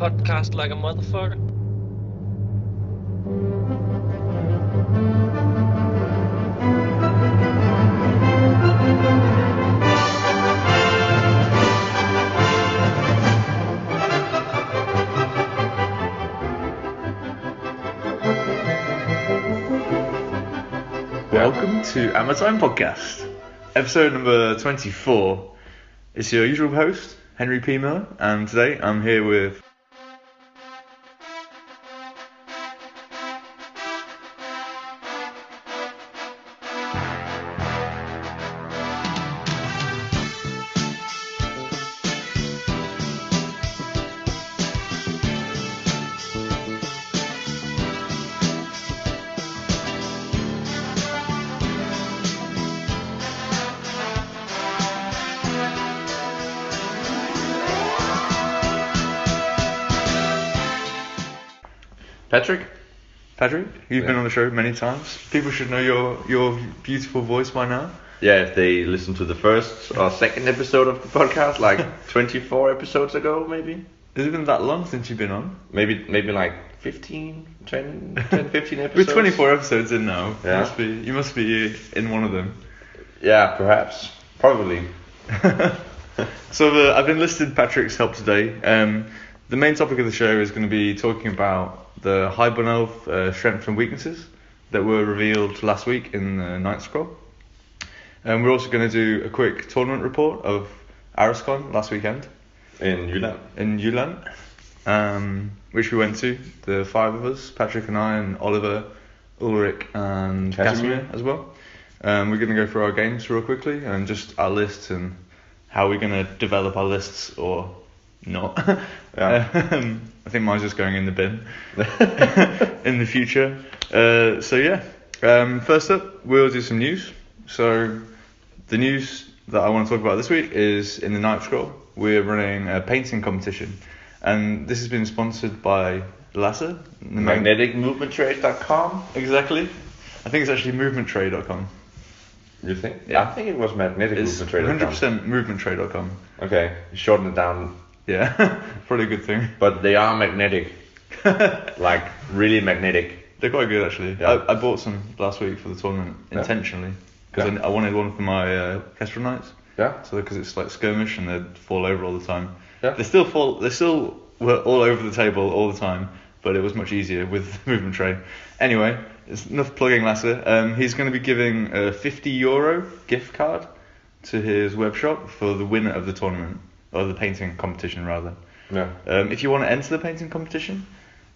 podcast like a motherfucker. Welcome to Amazon Podcast, episode number 24. It's your usual host, Henry P. Miller, and today I'm here with. Patrick? Patrick, you've been Yeah. on the show many times. People should know your, your beautiful voice by now. Yeah, if they listen to the first or second episode of the podcast, like 24 episodes ago, maybe? Has it been that long since you've been on? Maybe maybe like 15, 10, 10 15 We're episodes? 24 episodes in now. You Yeah. must be, you must be in one of them. Yeah, perhaps. Probably. So the, I've enlisted Patrick's help today. Um, the main topic of the show is going to be talking about the high elf uh, strengths and weaknesses that were revealed last week in the Night Scroll. And we're also going to do a quick tournament report of Ariscon last weekend In Yulan. in Yulan, um, which we went to, the five of us, Patrick and I, and Oliver, Ulrich, and Casimir. Casimir as well. Um, we're going to go through our games real quickly and just our lists and how we're going to develop our lists or not. Yeah. um, I think mine's just going in the bin in the future. Uh, so, yeah. Um, first up, we'll do some news. So, the news that I want to talk about this week is in the Night Scroll. We're running a painting competition, and this has been sponsored by Lasse. the main- MagneticMovementTrade.com? Exactly. I think it's actually movementtrade.com. You think? Yeah. I think it was Magnetic It's Movement Trade. 100% movementtrade.com. Okay, shorten it down. Yeah, probably a good thing. But they are magnetic. like, really magnetic. They're quite good actually. Yeah. I, I bought some last week for the tournament Yeah. intentionally because Yeah. I, I wanted one for my uh, Kestrel Knights. Yeah? So because it's like skirmish and they fall over all the time. Yeah. They still fall. They still were all over the table all the time, but it was much easier with the movement tray. Anyway, it's enough plugging Lasse. Um, he's going to be giving a 50 euro gift card to his web shop for the winner of the tournament or the painting competition rather. Yeah. Um, if you want to enter the painting competition,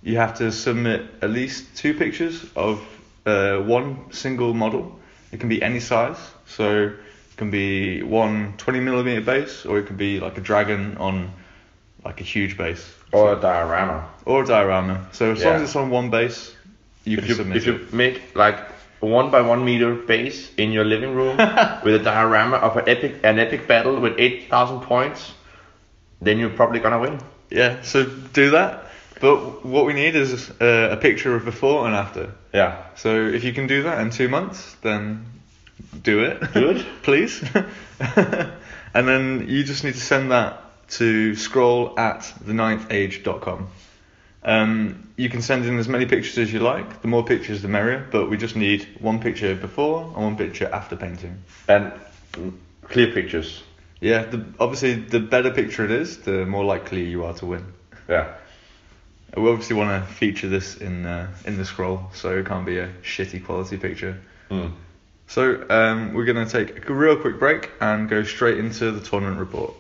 you have to submit at least two pictures of uh, one single model. It can be any size, so it can be one 20 millimeter base, or it could be like a dragon on like a huge base, Or a diorama. or a diorama. So as long as Yeah. it's on one base, you if can you, submit if it. you make like a one by one meter base in your living room with a diorama of an epic an epic battle with eight thousand points, then you're probably gonna win. Yeah, so do that. But what we need is uh, a picture of before and after. Yeah. So if you can do that in two months, then do it. Do it. please. and then you just need to send that to scroll at theninthage.com. Um, you can send in as many pictures as you like. The more pictures, the merrier. But we just need one picture before and one picture after painting. And mm, clear pictures. Yeah, the, obviously, the better picture it is, the more likely you are to win. Yeah. We obviously want to feature this in uh, in the scroll, so it can't be a shitty quality picture. Mm. So um, we're going to take a real quick break and go straight into the tournament report.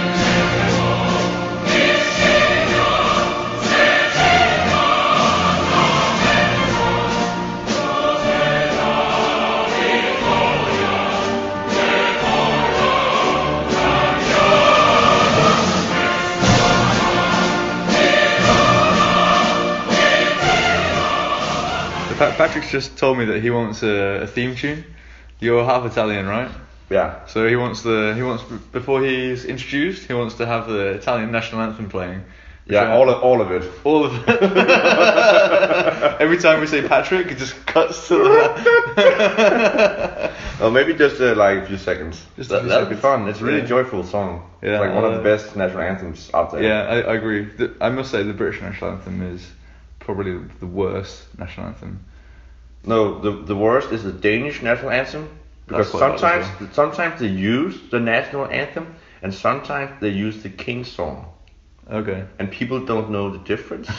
Thank Patrick's just told me that he wants a, a theme tune. You're half Italian, right? Yeah. So he wants the he wants before he's introduced, he wants to have the Italian national anthem playing. Yeah, all of, all of it. all of it. Every time we say Patrick, it just cuts to the. Or maybe just uh, like a few seconds. Just a that, few that'd be seconds. fun. It's a really Yeah. joyful song. Yeah, it's like one of uh, the best national anthems out there. yeah, I, I agree. The, I must say the British national anthem is probably the worst national anthem. No, the the worst is the Danish national anthem because quite bad as sometimes sometimes they use the national anthem and sometimes they use the king's song Okay. and people don't know the difference.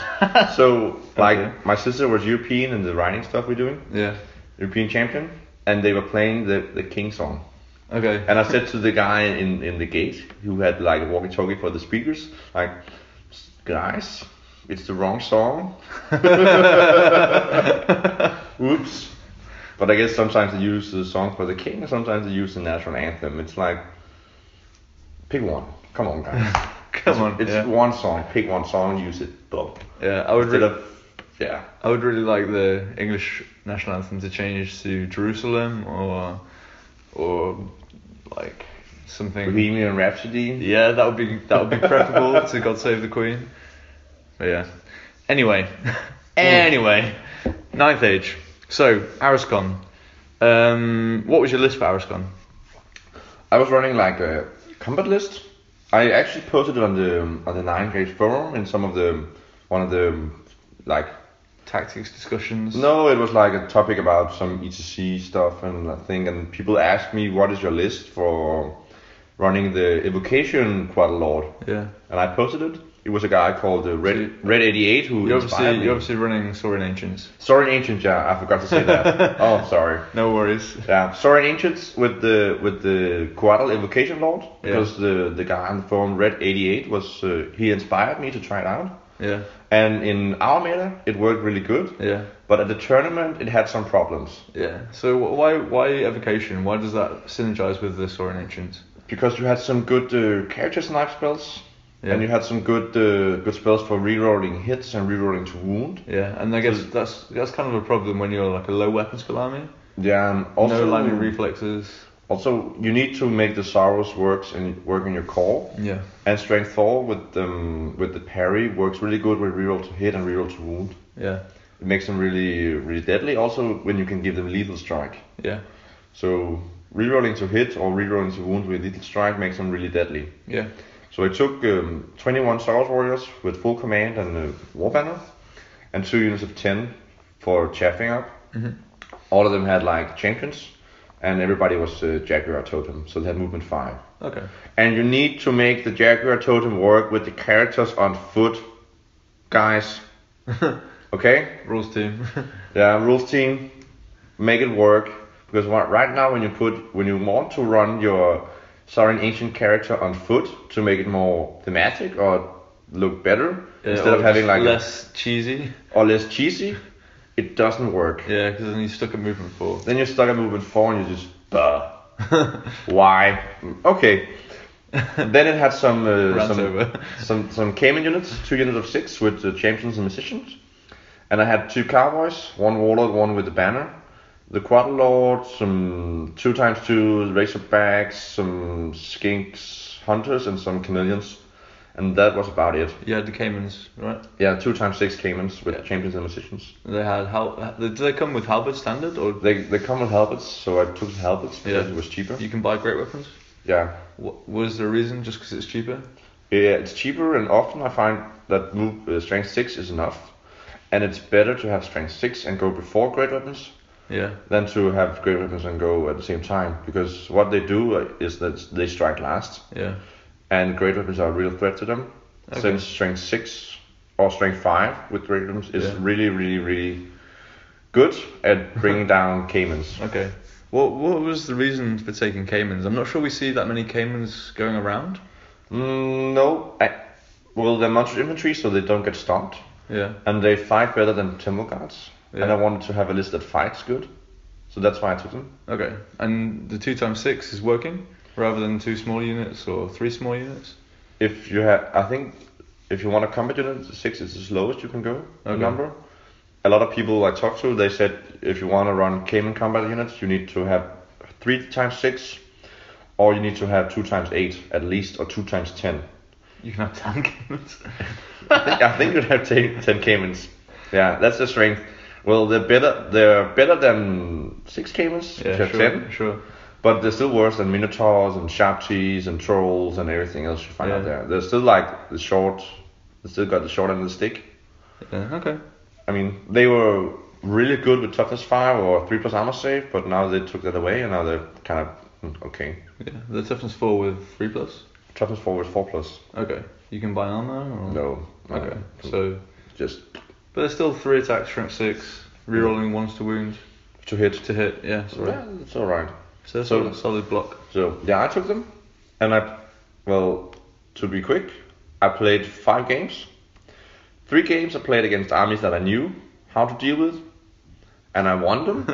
so like Okay. my sister was European in the riding stuff we're doing, Yeah. European champion, and they were playing the the king's song. Okay. And I said to the guy in, in the gate who had like a walkie talkie for the speakers, like, guys, it's the wrong song. Oops. But I guess sometimes they use the song for the king, and sometimes they use the national anthem. It's like, pick one. Come on, guys. Come on. It's yeah. one song. Pick one song, use it. Boom. yeah. I would. Instead Re- of, yeah. I would really like the English national anthem to change to Jerusalem or, or, like something. Bohemian Rhapsody. Yeah, that would be that would be preferable to God Save the Queen. But yeah. Anyway, anyway, ninth age. So Ariscon. Um, what was your list for Ariscon? I was running like a combat list. I actually posted it on the on the nine grade forum in some of the one of the like Tactics discussions. no, it was like a topic about some ETC stuff and I think and people asked me what is your list for running the evocation quite a lot Yeah. and I posted it. It was a guy called uh, Red Red eighty eight who You're inspired obviously me. you're obviously running Soaring Ancients. Sorry, ancient. Yeah, I forgot to say that. oh, sorry. No worries. Yeah, sorry, ancients with the with the Quadal Invocation Lord because the the guy on the phone Red 88 was uh, he inspired me to try it out, Yeah. and in our meta it worked really good, Yeah. but at the tournament it had some problems Yeah. So wh- why why evocation? Why does that synergize with the Soaring Ancients? because you had some good uh, character snipe spells. Yeah. And you had some good uh, good spells for rerolling hits and rerolling to wound. Yeah, and I guess that's that's kind of a problem when you're like a low weapon skill army. Yeah, and also no lightning reflexes. also you need to make the sorrows works and work in your core. Yeah. And strength four with um, with the parry works really good with reroll to hit and reroll to wound. Yeah. It makes them really really deadly. Also when you can give them lethal strike. Yeah. So rerolling to hit or rerolling to wound with lethal strike makes them really deadly. Yeah. So I took um, 21 Star Wars Warriors with full command and a war banner, and two units of 10 for chaffing up. Mhm. All of them had like champions, and everybody was uh, Jaguar totem, so they had movement five. Okay. And you need to make the Jaguar totem work with the characters on foot, guys. okay? Rules team. Yeah, um, rules team, make it work. Because wha- right now, when you put, when you want to run your Sarin Ancient character on foot to make it more thematic or look better, instead or of just having like a- less cheesy. or less cheesy, it doesn't work. Yeah, because then you're stuck at movement four. Then you're stuck at movement four and you just, duh. Why? Okay. then it had some uh, Rant some, over. some some Cayman units, two units of six with uh, champions and musicians, and I had two cowboys, one warlord, one with the banner, the quad lord, some two times two razorbacks, some skinks, hunters, and some chameleons, and that was about it. You had the Caymans, right? Yeah, two times six Caymans with Yeah. champions and musicians. They had hal. Did they come with halberd standard or They they come with halberds, so I took the halberds because Yeah. it was cheaper. you can buy great weapons? Yeah. What, was there a reason? Just because it's cheaper? Yeah, it's cheaper, and often I find that move, uh, strength six is enough, and it's better to have strength six and go before great weapons Yeah. than to have great weapons and go at the same time. Because what they do uh, is that they strike last, Yeah. and great weapons are a real threat to them. Okay. Since strength six or strength five with great weapons is Yeah. really, really, really good at bringing down Caymans. Okay. What What was the reason for taking Caymans? I'm not sure we see that many Caymans going around. Mm, no, I, well they're mounted infantry, so they don't get stomped. Yeah. and they fight better than temple guards. And Yeah. I wanted to have a list that fights good, so that's why I took them. Okay. And the two times six is working rather than two small units or three small units. If you have, I think, if you want a combat unit, six is the slowest you can go. the Okay. number, a lot of people I talked to, they said if you want to run Cayman combat units, you need to have three times six, or you need to have two times eight at least, or two times ten. You can have tank units. I think, I think you'd have ten, 10 Caymans. Yeah, that's the strength. Well, they're better. They're better than six Caymans. which yeah, have sure, 10, sure. but they're still worse than minotaurs and sharpties and trolls and everything else you find Yeah. out there. They're still like the short. They still got the short end of the stick. Yeah, okay. I mean, they were really good with toughness five or three plus armor save, but now they took that away and now they're kind of mm, okay. Yeah, the toughness four with three plus. Toughness four was four plus. Okay, you can buy armor. Or? No. no, Okay, so just but there's still three attacks, strength six, rerolling ones to wound to hit. to hit. Yeah, sorry. Yeah, it's all right. So that's So- a solid block. So yeah, I took them, and I, well, to be quick, I played five games. Three games I played against armies that I knew how to deal with, and I won them,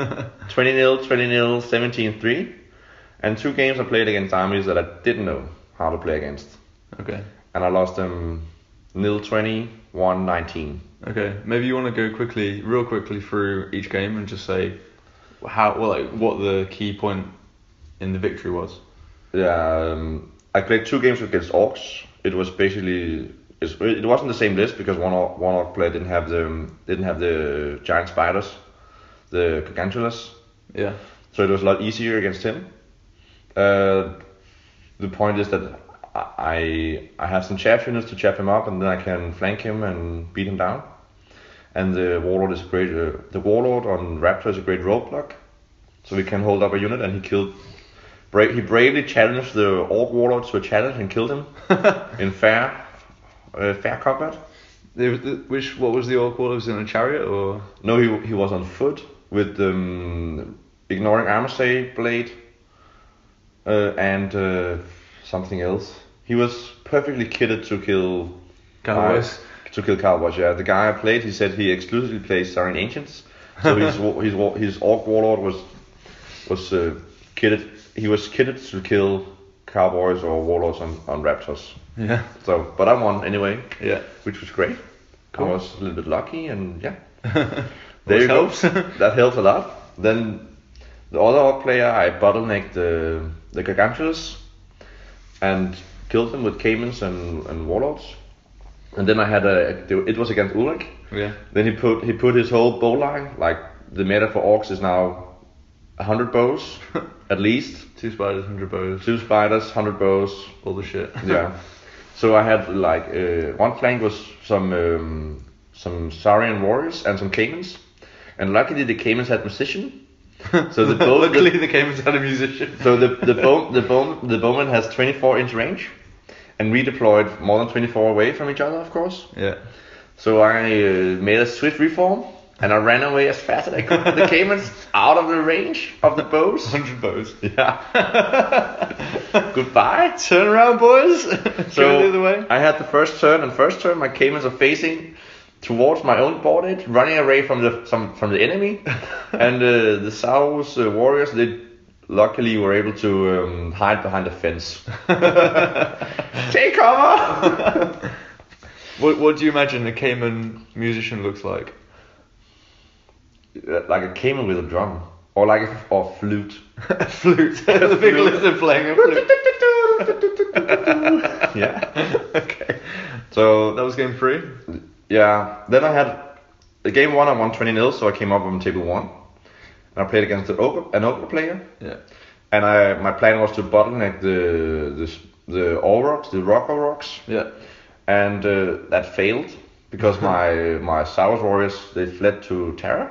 20 0 20 0 17 3, and two games I played against armies that I didn't know how to play against, Okay. and I lost them 0 20 1 19. Okay, maybe you want to go quickly, real quickly through each game and just say how, well, like, what the key point in the victory was. Yeah, um, I played two games against orcs. It was basically it's, it wasn't the same list because one orc, one orc player didn't have the didn't have the giant spiders, the gargantulas, Yeah. so it was a lot easier against him. Uh, the point is that I I have some chaff units to chaff him up, and then I can flank him and beat him down. And the warlord is a great uh, the warlord on Raptor is a great roadblock, so we can hold up a unit. And he killed. Bra- he bravely challenged the orc warlord to a challenge and killed him in fair uh, fair combat. There was the- which what was the orc wall? It was in a chariot or No, he he was on foot with um, ignoring armor save blade uh, and uh, something else. He was perfectly kitted to kill cowboys. to kill cowboys. Yeah, the guy I played, he said he exclusively plays Siren Ancients, so his wa- his wa- his orc warlord was was uh, kitted. He was kitted to kill cowboys or warlords on, on raptors. Yeah. So, but I won anyway Yeah. which was great. Cool. I was a little bit lucky, and yeah, Always there you go. helps. that helps a lot. Then the other player, I bottlenecked the the gargantulas and killed them with caimans and, and warlords. And then I had a it was against Ulrich. Yeah. Then he put he put his whole bow line like the meta for orcs is now hundred bows at least Two spiders, hundred bows, two spiders hundred bows all the shit. yeah. So I had like uh, one flank was some um, some Saurian warriors and some Caymans, and luckily the Caymans had musician. So the bow, Luckily, the Caymans had a musician. so the the bow, the bow, the bowman has 24 inch range, and we deployed more than 24 away from each other, of course. Yeah. So I uh, made a swift reform. And I ran away as fast as I could with the Caymans out of the range of the bows. Hundred bows. Yeah. Goodbye. Turn around, boys. So Go the other way. I had the first turn, and first turn my Caymans are facing towards my own board edge, running away from the some, from the enemy, and uh, the Saurus uh, warriors they luckily were able to um, hide behind a fence. Take cover. What What do you imagine a Cayman musician looks like? like a Cayman with a drum, or like a, or flute. A flute. the big Flute. lizard playing a flute. yeah. okay. So That was game three. Yeah. Then I had the game one. I won 20 0 so I came up on table one. And I played against an ogre, an ogre player. Yeah. And I my plan was to bottleneck the the s- the all rocks, the rock all rocks, Yeah. and uh, that failed because my my Saurus warriors they fled to Terra.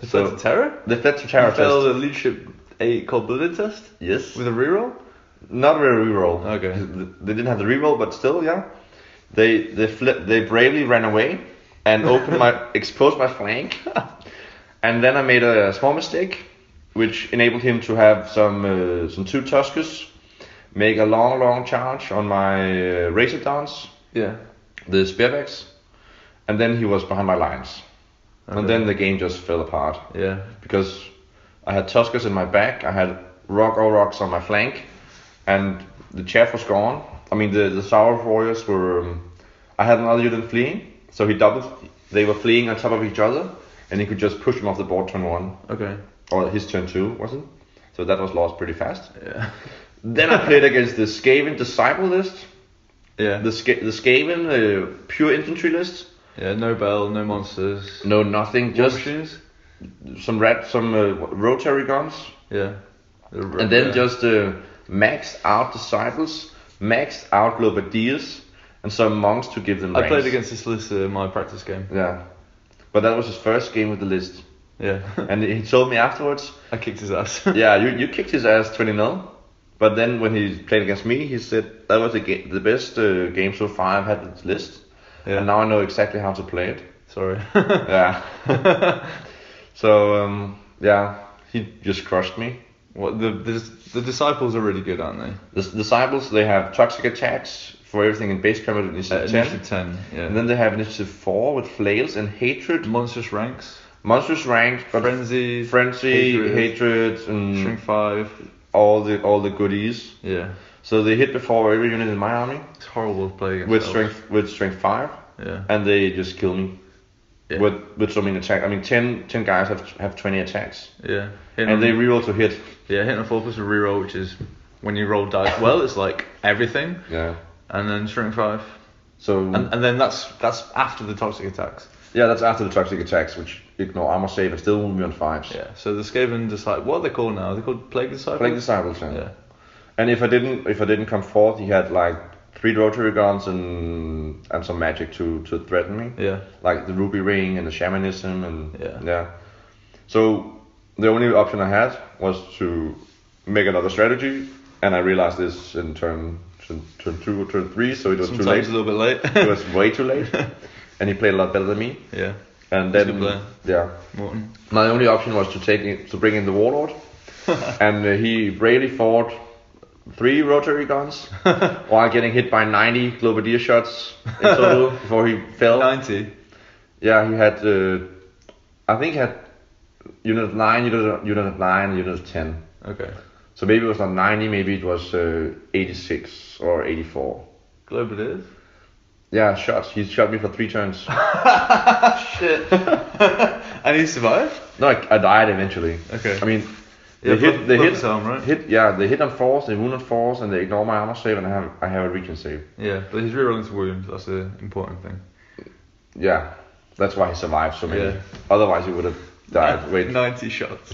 The So- so, Terror? They fled to Terra. Failed Test. a leadership eight called Blizzard test Yes. with a reroll. Not really reroll. Okay. They didn't have the reroll, but still, yeah. They they flip. They bravely ran away and opened my exposed my flank, and then I made a small mistake, which enabled him to have some uh, some two tuskers make a long long charge on my uh, razor dance, Yeah. the spearbacks, and then he was behind my lines, Okay. and then the game just fell apart Yeah. because I had Tuskers in my back, I had Rock O Rocks on my flank, and the chaff was gone. I mean, the, the Sour Warriors were. Um, I had another unit fleeing, so he doubled. They were fleeing on top of each other, and he could just push them off the board turn one, Okay. or his turn two, wasn't? So that was lost pretty fast. Yeah. Then I played against the Skaven Disciple list, Yeah. the, Ska- the Skaven uh, pure infantry list. yeah. No bell. No monsters. No, nothing, War just machines. some rat, some uh, rotary guns, Yeah. and then just uh, maxed out disciples, maxed out globadiers, and some monks to give them. I played ranks. against this list in my practice game. Yeah, but that was his first game with the list, Yeah. and he told me afterwards, I kicked his ass. yeah, you, you kicked his ass 20 0 But then when he played against me, he said that was the, ga- the best uh, game so far I've had with this list, Yeah. and now I know exactly how to play it. Sorry. Yeah. so um, yeah, he just crushed me. what the, the the disciples are really good, aren't they? The s- disciples they have toxic attacks for everything in base combat Uh, initiative 10. initiative ten. Yeah. And then they have initiative 4 with flails and hatred, monstrous ranks. monstrous ranks, but Frenzy. frenzy, Hatred. hatred, and Shrink five. all the all the goodies. Yeah. So they hit before every unit in my army It's horrible to play against. with elves. strength with strength 5 Yeah. and they just kill me. Yeah. With with so many attacks. I mean 10, 10 guys have have 20 attacks. Yeah. Hitting And they on- reroll to hit. yeah hitting a four plus a reroll, which is when you roll dice well, it's like everything, Yeah. and then shrink five, So and, and then that's that's after the toxic attacks. yeah, that's after the toxic attacks which ignore armor save and still will be on 5s. Yeah. So the Skaven decide what are they called now? Are they called plague disciples. Plague disciples, yeah. Yeah. And if I didn't, if I didn't come forth, he had like three rotary guns and and some magic to to threaten me, Yeah. like the ruby ring and the shamanism and Yeah. So the only option I had was to make another strategy, and I realized this in turn turn, turn two or turn three, so it was Sometimes too late. a little bit late. it was way too late, and he played a lot better than me. yeah. And He's a then good player. yeah, Morton. my only option was to take it, to bring in the warlord, and uh, he bravely fought three rotary guns while getting hit by 90 globadier shots in total before he fell. Ninety. Yeah, he had uh, I think he had unit of nine, unit of, unit of nine, and unit of ten. Okay. So maybe it was not 90, maybe it was uh, 86 or 84. Globe it is. Yeah, shots. He shot me for three turns. And he survived. No, I, I died eventually. Okay. I mean, Yeah, they blood- hit. They blood hit. is harm, um, right? Hit. Yeah, they hit on force. They wound on force, and they ignore my armor save, and I have I have a region save. Yeah, but he's rerolling his wounds. That's the important thing. Yeah, that's why he survived so many. Yeah. Otherwise, he would have died. Wait. Ninety shots.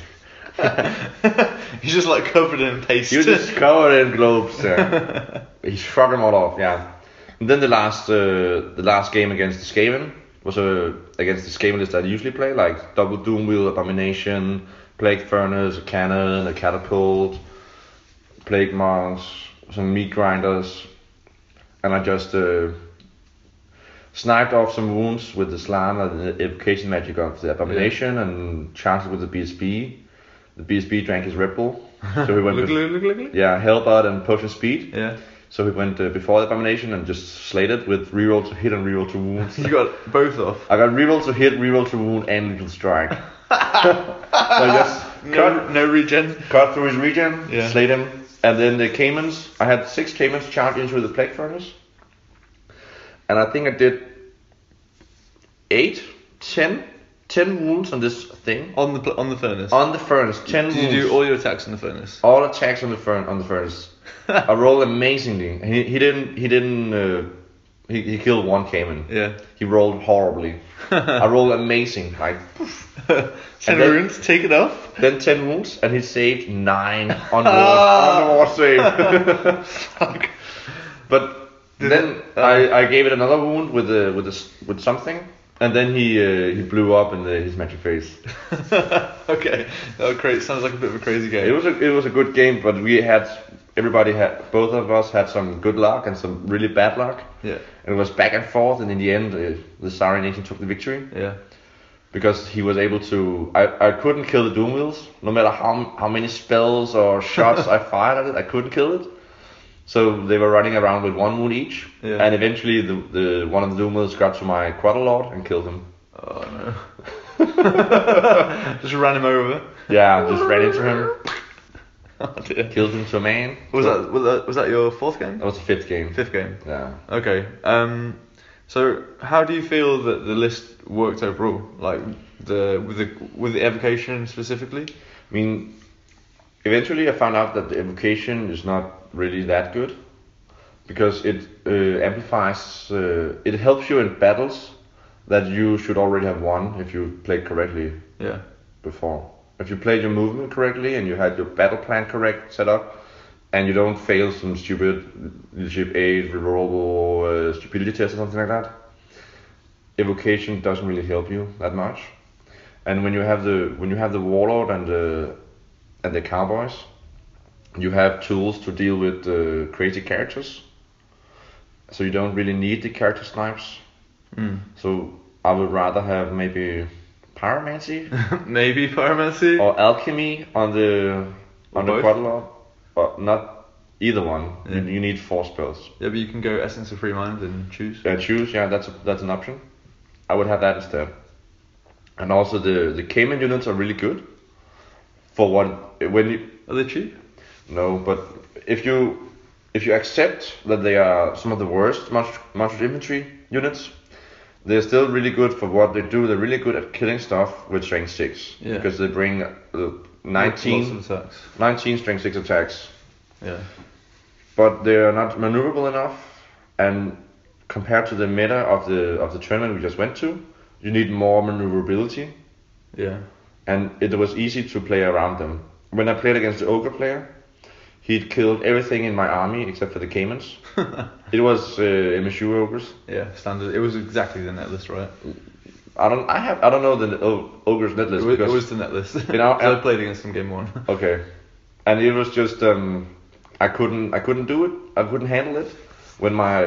he's just like covered in paste. You just covered in globes. Yeah. he shrugged them all off. Yeah. And then the last uh, the last game against the Skaven was uh, against the Skaven list that I usually play, like double Doomwheel, Abomination, Plague Furnace, a Cannon, a Catapult, Plague Monks, some Meat Grinders, and I just uh, sniped off some wounds with the Slam and the Evocation Magic of the Abomination, and charged it with the BSB. The BSB drank his Red Bull, so he went Look, with look, look, look, look. yeah, Hellbart and Potion Speed. Yeah. So he went uh, before the abomination and just slayed it with reroll to hit and reroll to wound. You got both off. I got reroll to hit, reroll to wound, and lethal strike. so I just No, cut, no regen. cut through his regen, Yeah. slayed him, and then the Caymans. I had six Caymans charged into the plague furnace, and I think I did eight, ten, ten wounds on this thing On the pl- on the furnace. on the furnace. Ten Did wounds. you do all your attacks in the furnace? all attacks on the furn- on the furnace. I rolled amazingly. He, he didn't he didn't uh, he, he killed one Cayman. Yeah. He rolled horribly. I rolled amazing. Like Ten then- runes. Take it off. then ten wounds and he saved nine on the on the war save. but Did then it- uh, I, I gave it another wound with a, with a s with something and then he uh, he blew up in the, his magic phase. okay. Oh, great. Sounds like a bit of a crazy It game. was a it was a good game, but we had everybody had both of us had some good luck and some really bad luck. Yeah. And it was back and forth, and in the end, uh, the Sari Nation took the victory Yeah. because he was able to. I, I couldn't kill the Doom Wheels, no matter how how many spells or shots I fired at it. I couldn't kill it. So they were running around with one wound each, Yeah. and eventually the, the one of the Doom Wheels got to my Quadalord and killed him. Oh no. just ran him over. Yeah, just ran into him, Oh dear. killed him to a man. Was So- that was that was that your fourth game? That was the fifth game. Fifth game. Yeah. Okay. Um, So, how do you feel that the list worked overall? Like the with the with the evocation specifically? I mean, eventually I found out that the evocation is not really that good because it uh, amplifies, uh, it helps you in battles that you should already have won if you played correctly Yeah. before. If you played your movement correctly and you had your battle plan correct set up, and you don't fail some stupid leadership aid, rerollable uh, stupidity test or something like that, evocation doesn't really help you that much. And when you have the when you have the warlord and the and the cowboys, you have tools to deal with uh, crazy characters. So you don't really need the character snipes. Mm. So I would rather have maybe pyromancy Maybe pyromancy. or alchemy on the Or on the both? quadlog, but not either one. You, Yeah. you need four spells. Yeah, but you can go essence of free mind and choose. Uh, choose, yeah, that's that's an option. I would have that instead. And also the the Cayman units are really good for what when you Are they cheap? no, but if you if you accept that they are some of the worst much much infantry units, they're still really good for what they do. They're really good at killing stuff with strength six Yeah. because they bring uh, Lots of nineteen attacks. 19 strength 6 attacks, Yeah. but they are not maneuverable enough. And compared to the meta of the of the tournament we just went to, you need more maneuverability. Yeah. And it was easy to play around them. When I played against the ogre player, he'd killed everything in my army except for the caimans. it was uh, MSU ogres. Yeah. Standard. It was exactly the net list, right? I don't I have I don't know the o- ogres net It list was, it because was the net list. In our- 'Cause I played against them game one. Okay. And it was just um, I couldn't I couldn't do it. I couldn't handle it when my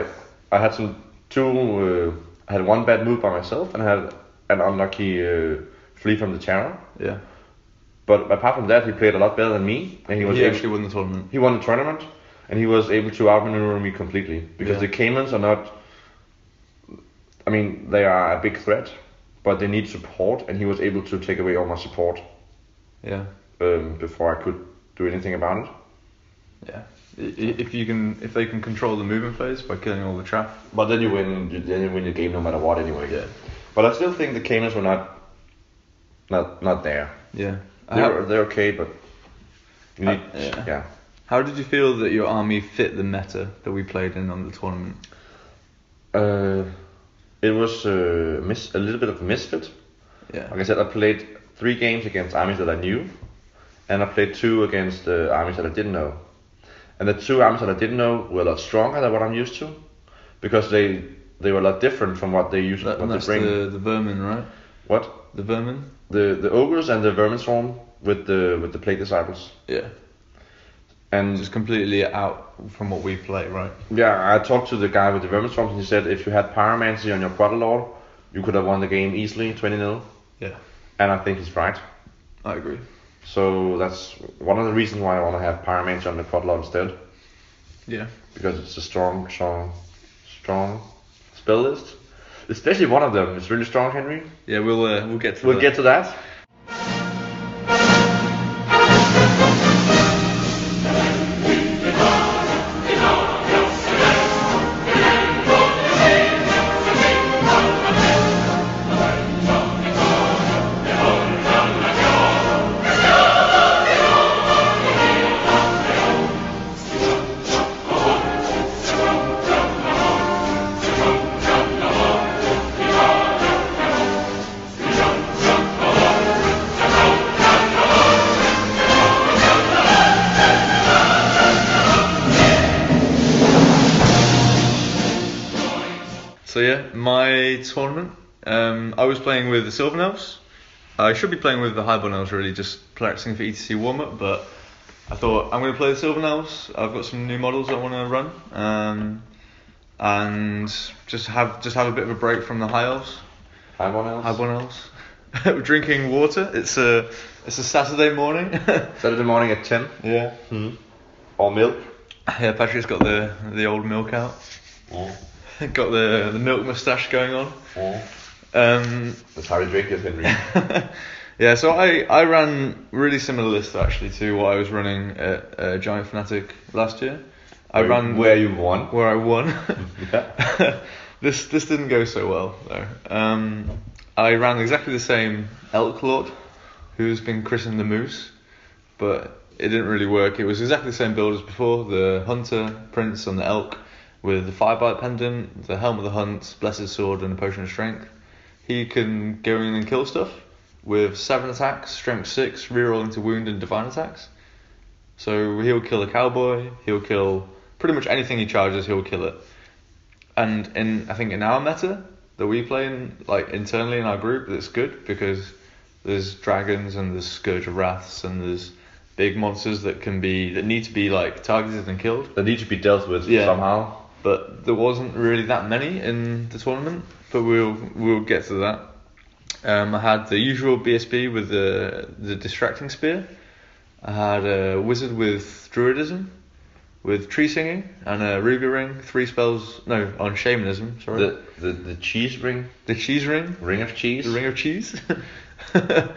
I had some two uh, I had one bad move by myself and I had an unlucky uh, flee from the terror. Yeah. But apart from that, he played a lot better than me, and he He, was able- actually won the tournament. he won the tournament, and he was able to outmaneuver me completely because Yeah. the Caymans are not. I mean, they are a big threat, but they need support, and he was able to take away all my support Yeah. um, before I could do anything about it. Yeah. I- i- If you can, if they can control the movement phase by killing all the trap. But then you win. You, then you win the game no matter what, anyway. Yeah. But I still think the Caymans were not, not not there. Yeah. They're How, they're okay, but you Uh, need yeah. yeah. how did you feel that your army fit the meta that we played in on the tournament? Uh, it was uh, mis- a little bit of a misfit. Yeah. Like I said, I played three games against armies that I knew, and I played two against uh, armies that I didn't know. And the two armies that I didn't know were a lot stronger than what I'm used to, because they they were a lot different from what they usually That, what and they that's bring. the, the vermin, right? What The vermin. the the ogres and the vermin swarm with the with the plague disciples. Yeah. And Just completely out from what we play, right? yeah, I talked to the guy with the vermin swarms, and he said if you had pyromancy on your quadrilord, you could have won the game easily, 20 0 Yeah. And I think he's right. I agree. So that's one of the reasons why I want to have pyromancy on the quadrilord instead. Yeah. because it's a strong, strong, strong spell list. Especially one of them is really strong, Henry. Yeah, we'll uh, we'll get to We'll that. get to that. So yeah, my tournament. Um, I was playing with the Silver Elves. I should be playing with the Highborn Elves really, just practicing for E ETC warm up. But I thought I'm going to play the Silver Elves. I've got some new models I want to run, um, and just have just have a bit of a break from the High Elves. Hi, one else. Highborn Elves. We're drinking water. It's a it's a Saturday morning. Saturday morning at 10. yeah. Or milk. Yeah, Patrick's got the the old milk out. got the the milk moustache going on. Um, That's how we drink it, Henry. yeah, so I, I ran really similar lists actually to what I was running at uh, Giant Fanatic last year. I Where- ran where you won. where I won. Yeah. This this didn't go so well though. Um, I ran exactly the same elk lord, who's been christened the moose, but it didn't really work. It was exactly the same build as before: the hunter prince on the elk, with the firebite pendant, the helm of the hunt, blessed sword, and a potion of strength. He can go in and kill stuff with seven attacks, strength six, rerolling to wound and divine attacks. So he'll kill a cowboy. He'll kill pretty much anything he charges. He'll kill it. And in I think in our meta that we play in like internally in our group, that's good because there's dragons and there's scourge of wraths and there's big monsters that can be that need to be like targeted and killed. They need to be dealt with Yeah. somehow. But there wasn't really that many in the tournament. But we'll we'll get to that. Um, I had the usual BSB with the the distracting spear. I had a wizard with druidism, with tree singing, and a ruby ring. Three spells, no, on shamanism. Sorry, The, the, the the cheese ring, cheese ring, ring of cheese. the ring of cheese.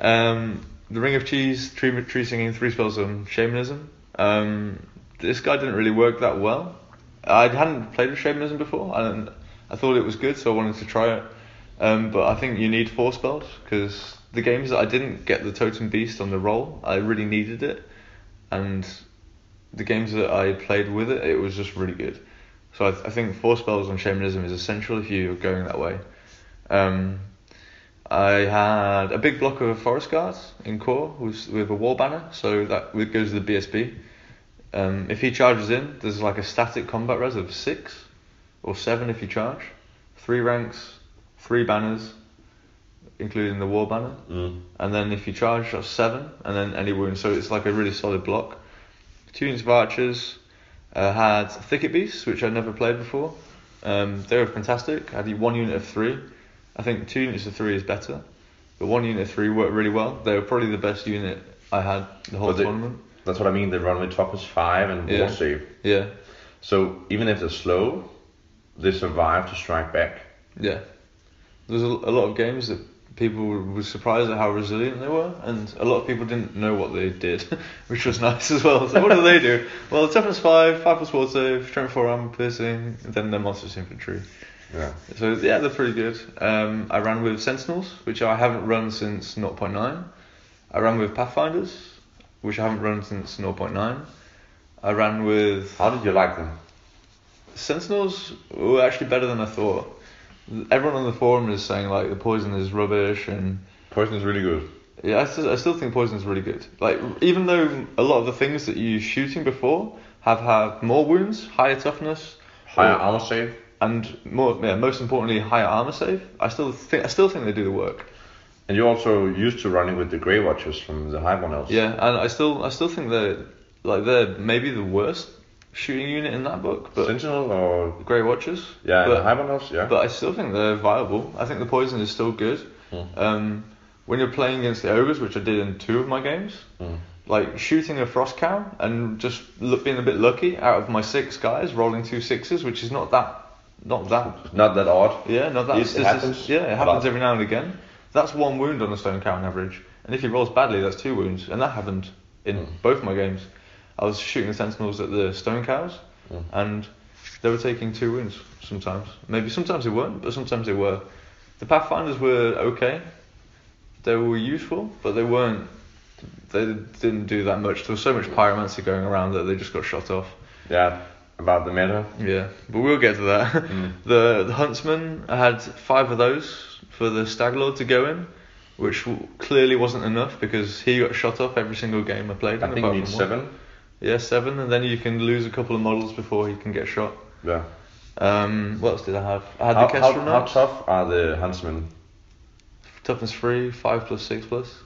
um, the ring of cheese, tree tree singing, three spells on shamanism. Um, this guy didn't really work that well. I hadn't played with shamanism before, and I thought it was good, so I wanted to try it. Um, but I think you need four spells because the games that I didn't get the totem beast on the roll, I really needed it, and the games that I played with it, it was just really good. So I, th- I think four spells on shamanism is essential if you're going that way. Um, I had a big block of forest guards in core with, with a war banner, so that w- goes to the BSB. Um, if he charges in, there's like a static combat res of six or seven if you charge, three ranks, three banners, including the war banner, Mm. and then if you charge, that's seven, and then any wound. So it's like a really solid block. Two units of archers uh, had thicket beasts, which I'd never played before. Um, they were fantastic. I had one unit of three. I think two units of three is better, but one unit of three worked really well. They were probably the best unit I had the whole But they- tournament. That's what I mean. They run with top is five and Yeah. war save. Yeah, So even if they're slow, they survive to strike back. yeah. There's a, a lot of games that people were surprised at how resilient they were, and a lot of people didn't know what they did, which was nice as well. So what do they do? Well, toughness five, five plus water, save, strength four armor piercing, and then their monstrous infantry. Yeah. So yeah, they're pretty good. Um, I ran with Sentinels, which I haven't run since 0.9. I ran with Pathfinders, which I haven't run since 0.9. I ran with How did you like them? Sentinels were actually better than I thought. Everyone on the forum is saying like the poison is rubbish, and Poison is really good. yeah, I still, I still think poison is really good. Like even though a lot of the things that you're shooting before have had more wounds, higher toughness, Higher or- armor save. and more yeah, most importantly higher armor save. I still think I still think they do the work. And you're also used to running with the Grey Watchers from the High One Elves. Yeah, and I still I still think they're like they're maybe the worst shooting unit in that book, but Sentinel or Grey Watchers. yeah, but, the High One Elves. Yeah. but I still think they're viable. I think the poison is still good. Mm. Um, when you're playing against the ogres, which I did in two of my games, Mm. like shooting a frost cow and just look, being a bit lucky out of my six guys, rolling two sixes, which is not that, not that It's not that odd. yeah, no, that's It this is- happens yeah, a it happens lot. every now and again. That's one wound on a stone cow on average, and if he rolls badly, that's two wounds, and that happened in Mm. both my games. I was shooting the sentinels at the stone cows, Mm. and they were taking two wounds sometimes. Maybe sometimes they weren't, but sometimes they were. The pathfinders were okay. They were useful, but they weren't. They didn't do that much. There was so much pyromancy going around that they just got shot off. Yeah. About the meta. Yeah, but we'll get to that. Mm. the the huntsman, I had five of those for the stag lord to go in, which w- clearly wasn't enough because he got shot off every single game I played. in, I think you apart need from one. seven. Yeah, seven, and then you can lose a couple of models before he can get shot. Yeah. Um, what else did I have? I had How, the how, Kestrel how Knight. tough are the huntsmen? Toughness three, five plus six plus.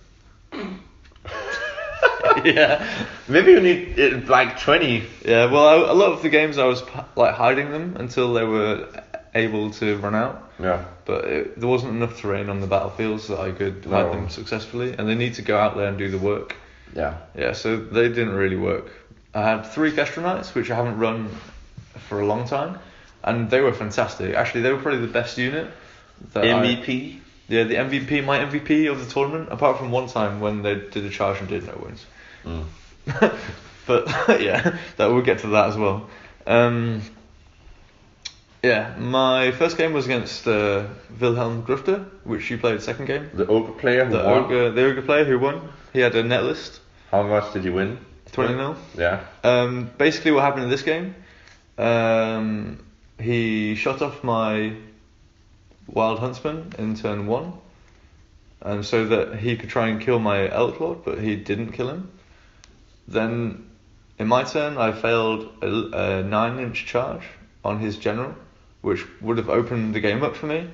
yeah. Maybe you need uh, like twenty. Yeah, well, I, a lot of the games I was p- like hiding them until they were able to run out. Yeah. but it, there wasn't enough terrain on the battlefields that I could No. hide them successfully, and they need to go out there and do the work. Yeah. Yeah, so they didn't really work. I had three Gastronites, which I haven't run for a long time, and they were fantastic. Actually, they were probably the best unit. That I- E MVP. yeah, the MVP, my MVP of the tournament, apart from one time when they did a charge and did no wins. Mm. but yeah, that we'll get to that as well. Um, Yeah, my first game was against uh, Wilhelm Grufter, which you played second game. The ogre player who The won. ogre, the ogre player who won, he had a net list, How much did he win? 20 nil. Yeah. Um, basically, what happened in this game, um, he shot off my Wild Huntsman in turn one, um, so that he could try and kill my Elk Lord, but he didn't kill him. Then, in my turn, I failed a, l- a nine inch charge on his general, which would have opened the game up for me,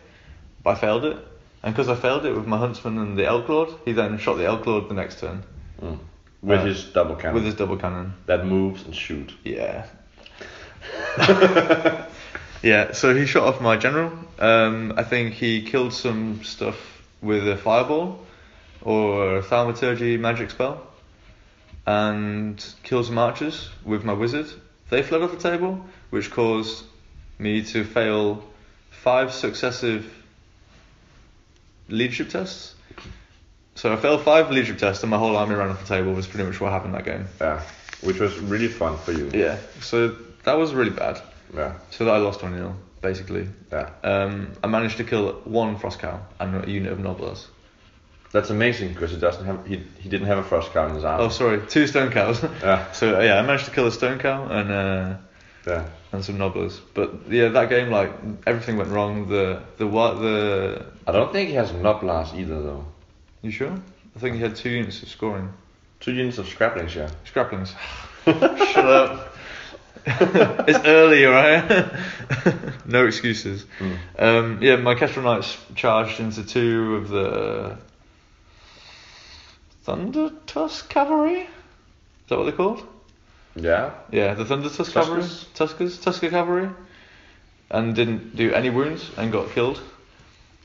but I failed it. And because I failed it with my Huntsman and the Elk Lord, he then shot the Elk Lord the next turn Mm. With Uh, his double cannon. with his double cannon. that moves and shoot. Yeah. yeah, so he shot off my general. Um, I think he killed some stuff with a fireball or a thaumaturgy magic spell and killed some archers with my wizard. They fled off the table, which caused me to fail five successive leadership tests. So I failed five leadership tests and my whole army ran off the table was pretty much what happened that game. Yeah. Which was really fun for you. Yeah, so that was really bad. Yeah. So that I lost 1 0, basically. Yeah. Um, I managed to kill one frost cow and a unit of noblers. That's amazing because he doesn't have he, he didn't have a frost card in his arm. Oh, sorry, two stone cows. Yeah. so uh, yeah, I managed to kill a stone cow and uh, Yeah. and some noblers. But yeah, that game like everything went wrong. The the what the I don't think he has not blast either though. you sure? I think he had two units of scoring Two units of scraplings, yeah. scraplings. Shut up. it's early, alright? no excuses. Mm. Um, yeah, my Kestrel Knights charged into two of the Thunder Tusk Cavalry. Is that what they're called? Yeah. Yeah, the Thunder Tusk Cavalry, Tuskers? Tuskers, Tusker Cavalry, and didn't do any wounds and got killed.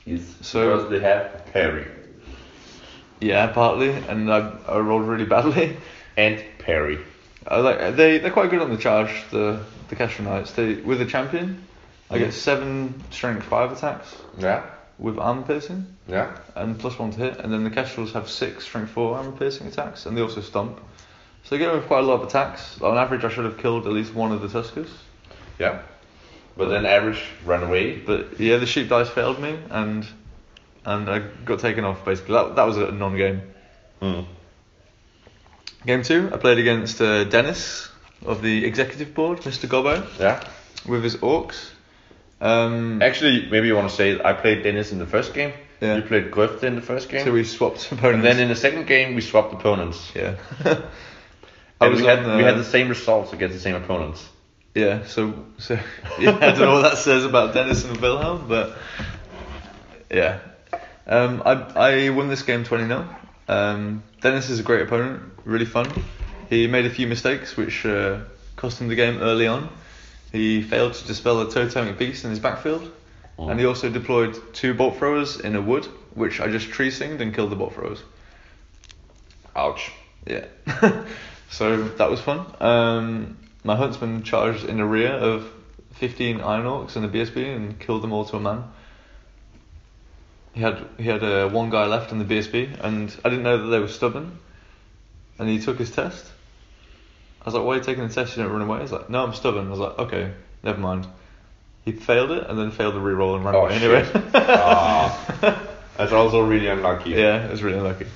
Yes. So- because they have parry Yeah, partly, and I, I rolled really badly. and parry. I like they they're quite good on the charge. The the Kestrel Knights. They with a champion, I get seven strength five attacks Yeah. with armor piercing. Yeah. and plus one to hit, and then the Kestrels have six strength four armor piercing attacks, and they also stomp. So they get away with quite a lot of attacks. On average, I should have killed at least one of the Tuskers. Yeah. But then average run away. But yeah, the sheep dice failed me, and and I got taken off basically. That, that was a non-game. Mm. Game two, I played against uh, Dennis of the executive board, Mr. Gobbo, Yeah. with his orcs. Um, Actually, maybe you want to say I played Dennis in the first game. Yeah. You played Gröfte in the first game. so we swapped opponents. and then in the second game, we swapped opponents. yeah. I And was we had, on, we had uh, the same results against the same opponents. Yeah, so so yeah, I don't know what that says about Dennis and Wilhelm, but yeah, um, I I won this game twenty 0 Um, Dennis is a great opponent, really fun. He made a few mistakes which uh, cost him the game early on. He failed to dispel a totemic beast in his backfield, Mm. and he also deployed two bolt throwers in a wood, which I just tree singed and killed the bolt throwers. Ouch. Yeah. so that was fun. Um, my huntsman charged in the rear of 15 iron orcs and a BSB and killed them all to a man. He had he had uh, one guy left in the BSB, and I didn't know that they were stubborn. And he took his test. I was like, "Why are you taking the test? You don't run away." He's like, "No, I'm stubborn." I was like, "Okay, never mind." He failed it and then failed the reroll and ran Oh, away anyway. shit. Ah. That's also really unlucky. yeah, it was really unlucky.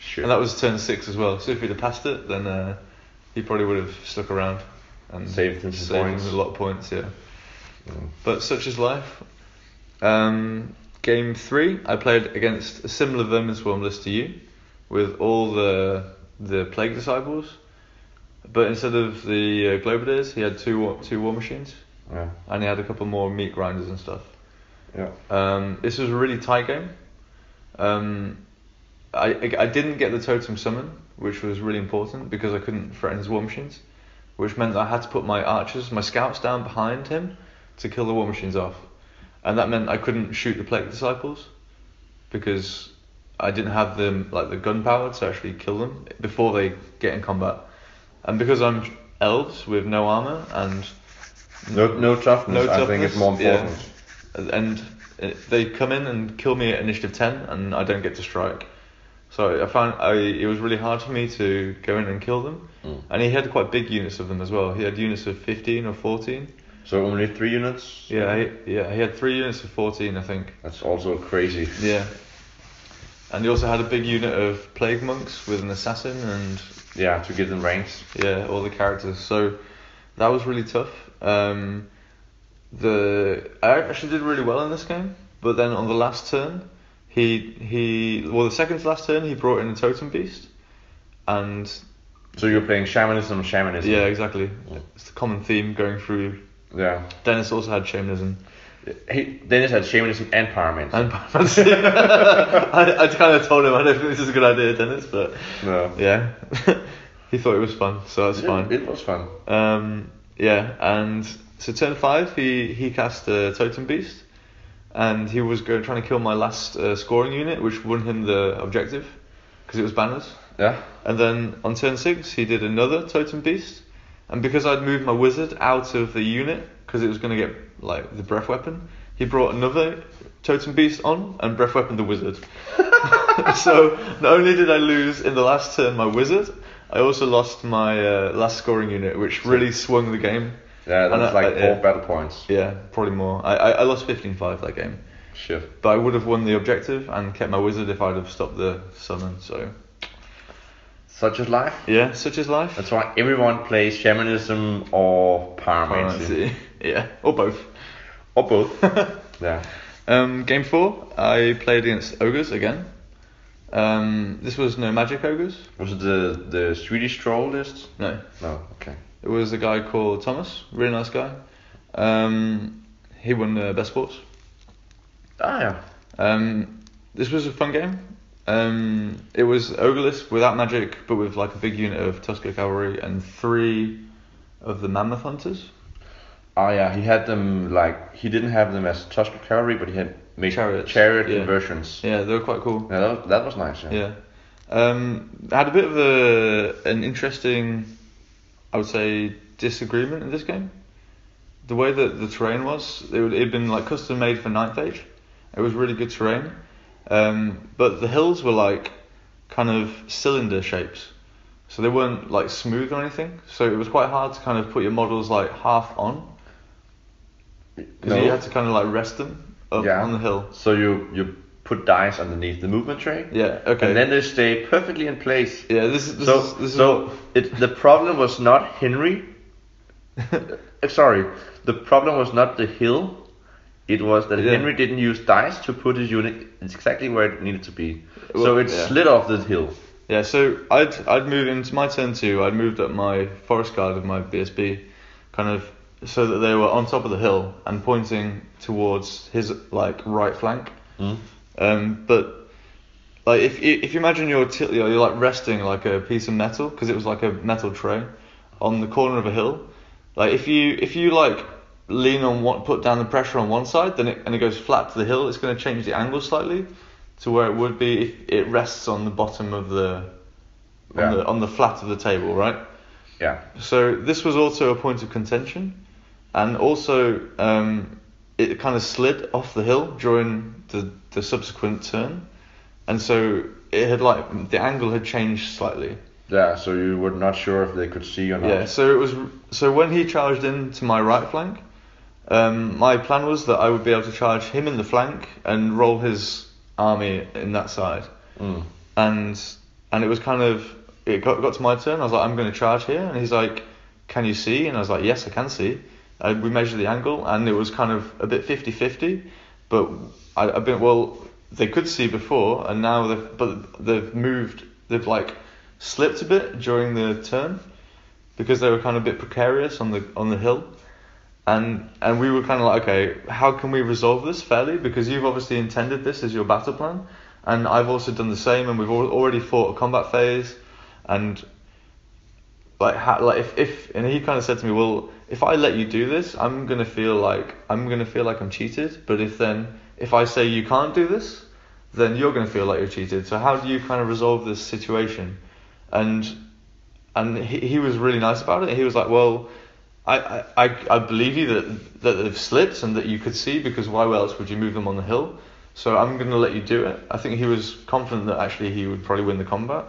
Shit. And that was turn six as well. So if he'd have passed it, then uh, he probably would have stuck around and Saved him some saved him points. a lot of points. Yeah, Mm. but such is life. Um, game three, I played against a similar vermin swarm list to you, with all the the plague disciples, but instead of the uh, globaders, he had two wa- two war machines, Yeah. and he had a couple more meat grinders and stuff. Yeah. Um, this was a really tight game. Um, I, I I didn't get the totem summon, which was really important because I couldn't threaten his war machines, which meant I had to put my archers, my scouts down behind him to kill the war machines off, and that meant I couldn't shoot the plague disciples because I didn't have them like the gunpowder to actually kill them before they get in combat, and because I'm elves with no armor and No, no toughness. No I think it's toughness, more yeah. important. and it- they come in and kill me at initiative 10 and I don't get to strike. So I found I, it was really hard for me to go in and kill them. Mm. And he had quite big units of them as well. He had units of 15 or 14 So only three units. Yeah, he, yeah, he had three units of 14, I think. That's also crazy. Yeah. And he also had a big unit of plague monks with an assassin and Yeah, to give them ranks. yeah, all the characters. So that was really tough. Um, the I actually did really well in this game, but then on the last turn, he he well the second to last turn he brought in a totem beast, and So you're playing shamanism, shamanism. yeah, exactly. It's the common theme going through. Yeah. Dennis also had shamanism. He, Dennis had shamanism and pyromancy. And I, I kind of told him I don't think this is a good idea, Dennis, but no. yeah, he thought it was fun, so that's It- fine. It was fun. Um, yeah, and so turn five, he he cast a totem beast, and he was going trying to kill my last uh, scoring unit, which won him the objective, because it was banners. Yeah. And then on turn six, he did another totem beast, and because I'd moved my wizard out of the unit because it was going to get like the breath weapon, he brought another totem beast on and breath weapon the wizard. so not only did I lose in the last turn my wizard, I also lost my uh, last scoring unit, which really swung the game. Yeah, And that's I- like I- four yeah. battle points. Yeah, probably more. I, I, I lost 15-5 that game, Shit. but I would have won the objective and kept my wizard if I'd have stopped the summon. So Such is life. yeah, such is life. That's why everyone plays shamanism or pyromancy. Pyromancy. yeah, or both. Or both. yeah. Um, game four, I played against ogres again. Um, this was no magic ogres. Was it the, the Swedish troll list? No, No, okay. it was a guy called Thomas, really nice guy. Um, he won the best sports. Ah, yeah. Um, this was a fun game. Um, it was ogreless without magic, but with like a big unit of Tusker cavalry and three of the mammoth hunters. Oh yeah, he had them like he didn't have them as Tuscan cavalry, but he had made Chariots, chariot yeah. conversions. Yeah, Yeah, they were quite cool. that, was, that was nice. Yeah. Yeah. Um, I had a bit of a an interesting, I would say, disagreement in this game. The way that the terrain was, it would, it'd been like custom made for ninth age. It was really good terrain, um, but the hills were like kind of cylinder shapes, so they weren't like smooth or anything. So it was quite hard to kind of put your models like half on, because No. you had to kind of like rest them up Yeah. on the hill. So you you put dice underneath the movement tray, Yeah. Okay. and then they stay perfectly in place. yeah. This is this so is, this is so it the problem was not Henry. Uh, Sorry, the problem was not the hill. It was that Yeah. Henry didn't use dice to put his unit exactly where it needed to be. so Well, it yeah. slid off the hill. Yeah, so I'd I'd move into my turn two. I'd moved up my forest guard of my BSB, kind of so that they were on top of the hill and pointing towards his like right flank. Um, but like if you- if you imagine you're t- you're you're, like resting like a piece of metal because it was like a metal tray on the corner of a hill. Like if you if you like lean on what put down the pressure on one side, then it and it goes flat to the hill. It's going to change the angle slightly to where it would be if it rests on the bottom of the on Yeah. the on the flat of the table, right? Yeah. So this was also a point of contention, and also um, it kind of slid off the hill during the the subsequent turn, and so it had like the angle had changed slightly. Yeah, so you were not sure if they could see or not. Yeah. So it was so when he charged in to my right flank, um, my plan was that I would be able to charge him in the flank and roll his army in that side. Mm. and and it was kind of it got got to my turn. I was like, I'm going to charge here, and he's like, Can you see? And I was like, Yes, I can see. And we measured the angle, and it was kind of a bit 50-50, but I, I've been well. They could see before, and now they've but they've moved. They've like slipped a bit during the turn because they were kind of a bit precarious on the on the hill. And and we were kind of like, okay, how can we resolve this fairly? Because you've obviously intended this as your battle plan, and I've also done the same, and we've al- already fought a combat phase, and like how, like if, if and he kind of said to me, well, if I let you do this, I'm gonna feel like I'm gonna feel like I'm cheated. But if then if I say you can't do this, then you're gonna feel like you're cheated. So how do you kind of resolve this situation? And and he, he was really nice about it. He was like, well, I, I, I I believe you that that they've slipped and that you could see because why else would you move them on the hill? So I'm going to let you do it. I think he was confident that actually he would probably win the combat,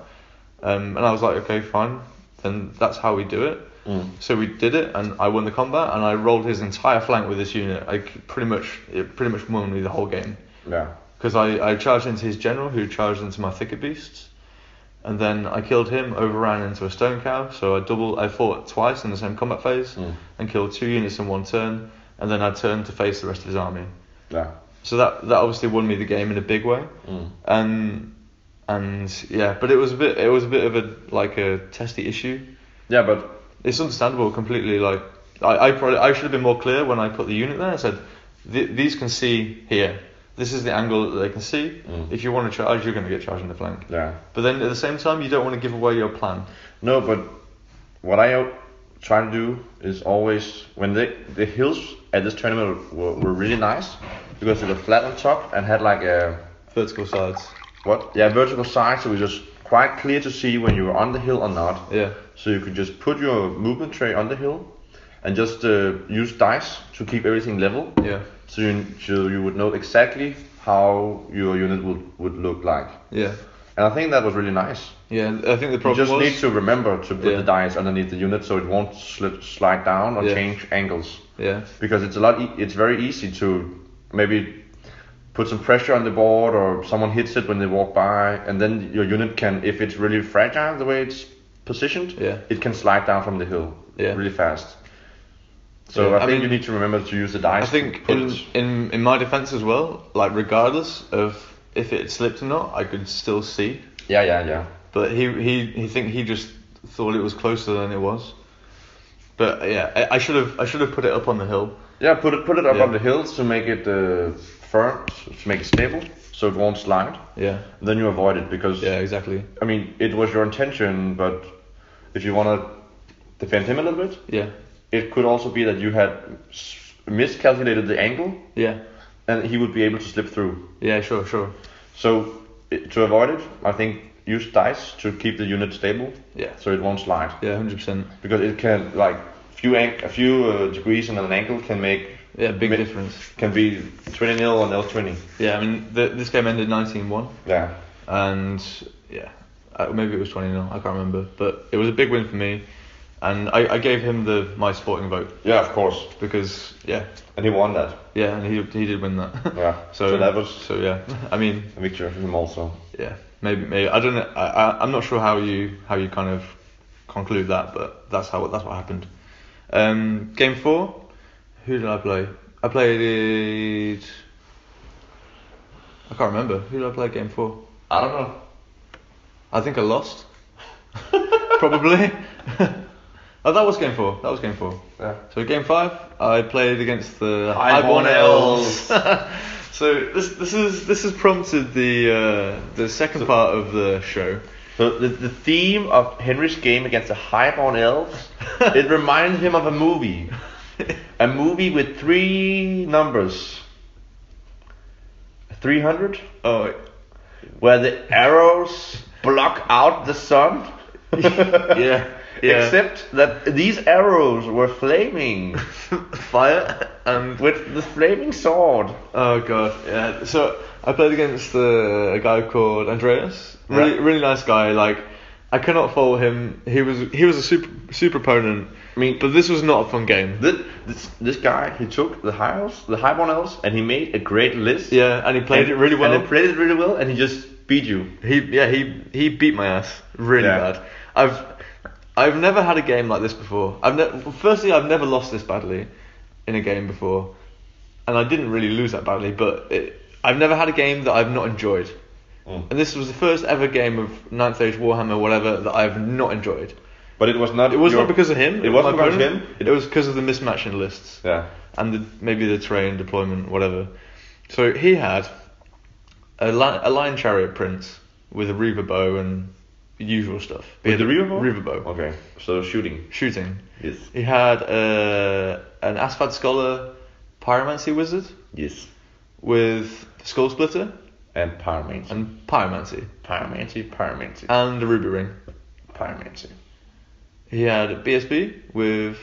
um, and I was like, okay, fine, then that's how we do it. Mm. So we did it, and I won the combat, and I rolled his entire flank with this unit. I c- pretty much it pretty much won me the whole game Yeah. because I, I charged into his general, who charged into my thicket beasts, and then I killed him, overran into a stone cow. So I double I fought twice in the same combat phase Mm. and killed two units in one turn, and then I turned to face the rest of his army. Yeah. So that that obviously won me the game in a big way. Mm. and and yeah, but it was a bit it was a bit of a like a testy issue. Yeah, but It's understandable completely. Like I I probably I should have been more clear when I put the unit there. I said "Th- these can see here. This is the angle that they can see. Mm. If you want to charge, you're going to get charged in the flank. yeah. But then at the same time, you don't want to give away your plan. No, but what I o- try to do is always when they the hills at this tournament were, were really nice because they were flat on top and had like a Vertical sides. what yeah vertical side, so it was just quite clear to see when you were on the hill or not. Yeah. So you could just put your movement tray on the hill and just uh, use dice to keep everything level. Yeah. So you, so you would know exactly how your unit would, would look like. Yeah. And I think that was really nice. Yeah. I think the You problem just was. need to remember to put Yeah. the dice underneath the unit so it won't slip, slide down or Yeah. change angles. yeah. Because it's a lot. E- it's very easy to maybe put some pressure on the board or someone hits it when they walk by, and then your unit can, if it's really fragile the way it's positioned, Yeah. it can slide down from the hill Yeah. really fast. So Yeah, I, I think mean- you need to remember to use the dice. I to think put in, it- in in my defense as well, like regardless of if it slipped or not, I could still see. yeah, yeah, yeah. But he he he think he just thought it was closer than it was. But yeah, I, I should have I should have put it up on the hill. Yeah, put it put it up Yeah. on the hills to make it uh, firm, to make it stable, so it won't slide. Yeah. Then you avoid it because Yeah, exactly. I mean it was your intention, but if you want to defend him a little bit, Yeah. it could also be that you had s- miscalculated the angle Yeah. and he would be able to slip through. Yeah, sure, sure. So it, to avoid it, I think use dice to keep the unit stable, Yeah. so it won't slide Yeah, 100%. because it can like few an- a few uh, degrees in an angle can make Yeah, big Ma- difference. can be 20 nil and L 20. Yeah, I mean, the, this game ended 19-1 Yeah. and yeah, uh, maybe it was 20 0 I can't remember, but it was a big win for me. And I, I gave him the my sporting vote Yeah, of course. because yeah, And he won that. yeah, and he he did win that. Yeah. So, So, that was so yeah, I mean, a victory for him also. yeah, maybe maybe I don't know. I, I I'm not sure how you how you kind of conclude that, but that's how that's what happened. Um, game four, who did I play? I played. I can't remember who did I play game four. I don't know. I think I lost. Probably. oh, that was game four. That was game four. Yeah. So game five, I played against the High Highborn Elves. so this this is this has prompted the uh, the second part of the show. So the, the theme of Henry's game against the highborn elves, it reminded him of a movie. A movie with three numbers. 300, Oh, where the arrows block out the sun. yeah, yeah. Except that these arrows were flaming fire and with the flaming sword. oh god, yeah. So I played against uh, a guy called Andreas. Really, Right. really nice guy. Like I cannot follow him. He was he was a super super opponent. I mean, but this was not a fun game. This, this, this guy, he took the high elves, the highborn elves, and he made a great list. yeah, and he played And- it really well. And he played it really well, and he just beat you. He yeah he he beat my ass really Yeah. bad. I've I've never had a game like this before. I've ne- firstly I've never lost this badly in a game before, and I didn't really lose that badly. But it, I've never had a game that I've not enjoyed, and this was the first ever game of Ninth Age Warhammer whatever that I've not enjoyed. But it was not. It was your- not because of him. It wasn't my because of him. opponent. It was because of the mismatch in lists Yeah. and the, maybe the terrain deployment, whatever. So he had a, li- a lion chariot prince with a reaver bow and usual stuff. He With had the a rear bow. Reaver bow. Okay. So shooting. Shooting. Yes. He had uh, an Asphalt Scholar pyromancy wizard Yes. with skull splitter And pyromancy. and pyromancy pyromancy. Pyromancy. and a ruby ring. pyromancy. He had a BSB with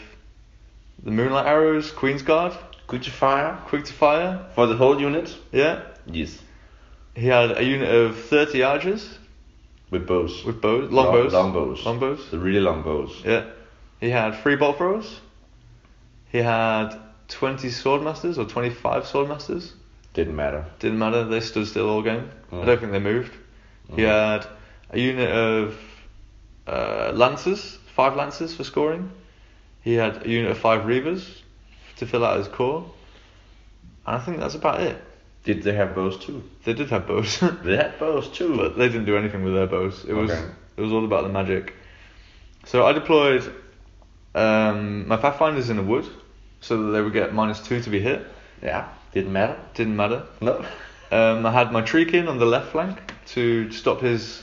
the moonlight arrows, queen's guard, Good to fire quick to fire. for the whole unit. Yeah. Yes. He had a unit of 30 archers With bows. With bows, long bows. Long bows. Long bows. The really long bows. Yeah. He had three bolt throwers. He had 20 sword masters or 25 sword masters. Didn't matter. Didn't matter. They stood still all game. I Mm. don't think they moved. He Oh. had a unit of uh, lancers, five lancers for scoring. He had a unit of five reavers to fill out his core. And I think that's about it. Did they have bows too? They did have bows, They had bows too. but they didn't do anything with their bows. It was Okay. it was all about the magic. So I deployed um, my pathfinders in the wood, so that they would get minus two to be hit. yeah, didn't matter. Didn't matter. No. Um, I had my Treekin on the left flank to stop his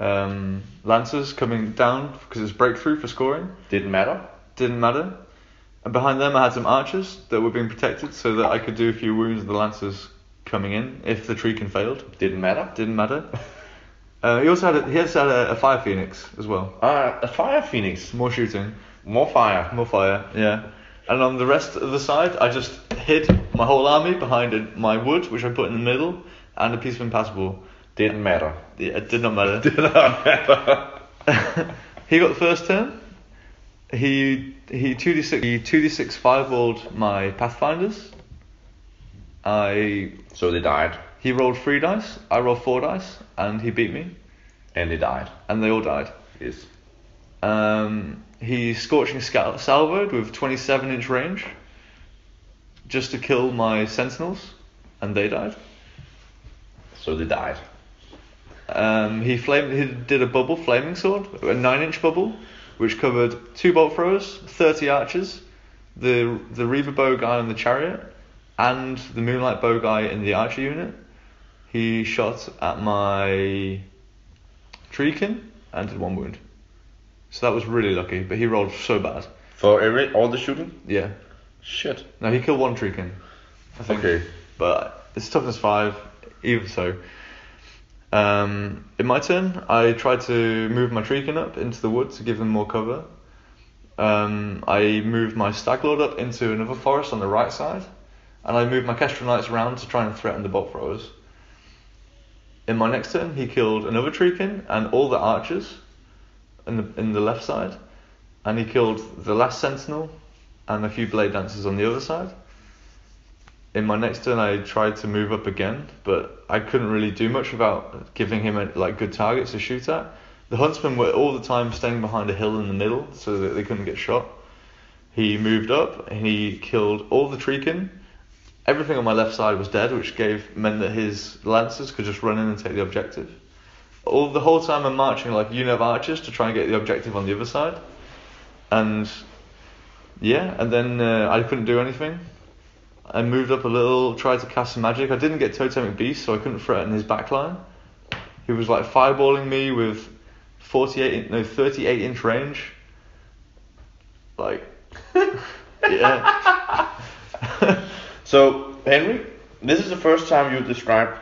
um, Lancers coming down because it's breakthrough for scoring. Didn't matter. Didn't matter. And behind them, I had some archers that were being protected so that I could do a few wounds of the Lancers coming in if the Treekin failed. Didn't matter. Didn't matter. Uh, he also had a, he also had a, a Fire Phoenix as well. Uh, a fire phoenix. More shooting, More fire. more fire, yeah. And on the rest of the side, I just hid my whole army behind a, my wood, which I put in the middle, and a piece of impassable. Didn't matter. Yeah, it did not matter. Did not matter. he got the first turn. He he two d six he two d six firewalled my pathfinders. I So they died, he rolled three dice. I rolled four dice, and he beat me, and they died. and they all died. Yes. Um, he scorching scal- salvoed with twenty seven inch range, just to kill my sentinels, and they died. So they died. Um, he flamed. He did a bubble flaming sword, a nine-inch bubble, which covered two bolt throwers, thirty archers, the the reaver bow guy on the chariot, and the moonlight bow guy in the archer unit. He shot at my treekin and did one wound. So that was really lucky, but he rolled so bad. For every all the shooting. Yeah. Shit. No, he killed one treekin. I think. Okay. But it's toughness five, even so. Um, in my turn, I tried to move my Treekin up into the wood to give them more cover. Um, I moved my Staglord up into another forest on the right side, and I moved my Kestrel Knights around to try and threaten the bolt throwers. In my next turn, he killed another Treekin and all the archers in the, in the left side, and he killed the last Sentinel and a few Blade Dancers on the other side in my next turn I tried to move up again, but I couldn't really do much without giving him uh, like good targets to shoot at. The huntsmen were all the time staying behind a hill in the middle so that they couldn't get shot. He moved up and he killed all the treekin. Everything on my left side was dead, which gave meant that his lancers could just run in and take the objective. All the whole time I'm marching like a unit of archers to try and get the objective on the other side, and yeah, and then uh, I couldn't do anything. I moved up a little, tried to cast some magic. I didn't get Totemic Beast, so I couldn't threaten his backline. He was like fireballing me with 48, in- no, 38 inch range. Like, yeah, So Henry, this is the first time you describe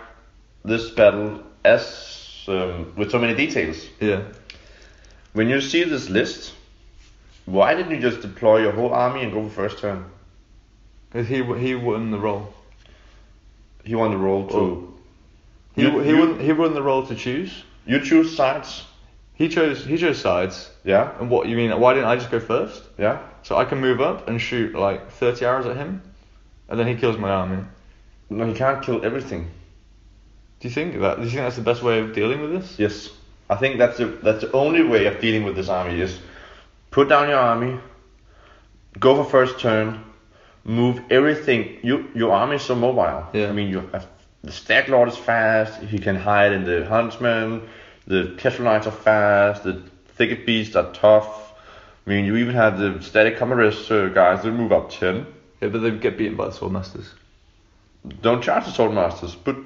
this battle as um, with so many details. yeah. When you see this list, why didn't you just deploy your whole army and go for first turn? 'Cause he w- he won the role. He won the role to. Oh. He You- w he you- won he won the role to choose. You choose sides. He chose he chose sides. Yeah. And what you mean? Why didn't I just go first? Yeah. So I can move up and shoot like 30 arrows at him, and then he kills my army. No, he can't kill everything. Do you think that? Do you think that's the best way of dealing with this? Yes. I think that's the that's the only way of dealing with this army is put down your army, go for first turn, move everything. You your army is so mobile. Yeah. I mean you have, the stag lord is fast. He can hide in the huntsman. The kestrel knights are fast. The thicket beasts are tough. I mean you even have the static camarist uh, guys. They move up ten. Yeah, but they get beaten by the sword masters. Don't charge the sword masters. But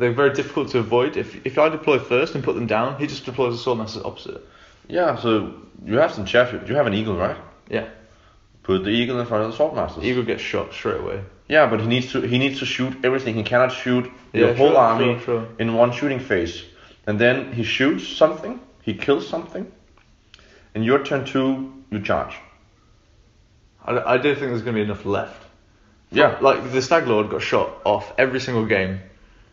They're very difficult to avoid. If if I deploy first and put them down, he just deploys the sword masters opposite. yeah, so you have some chef. You have an eagle, right? Yeah, Put the eagle in front of the sword masters. eagle gets shot straight away. Yeah, but he needs to he needs to shoot everything. He cannot shoot your Yeah, whole sure, army sure, sure. in one shooting phase. And then he shoots something, he kills something, and your turn two, you charge. I, I don't think there's going to be enough left. Yeah, Like the stag lord got shot off every single game.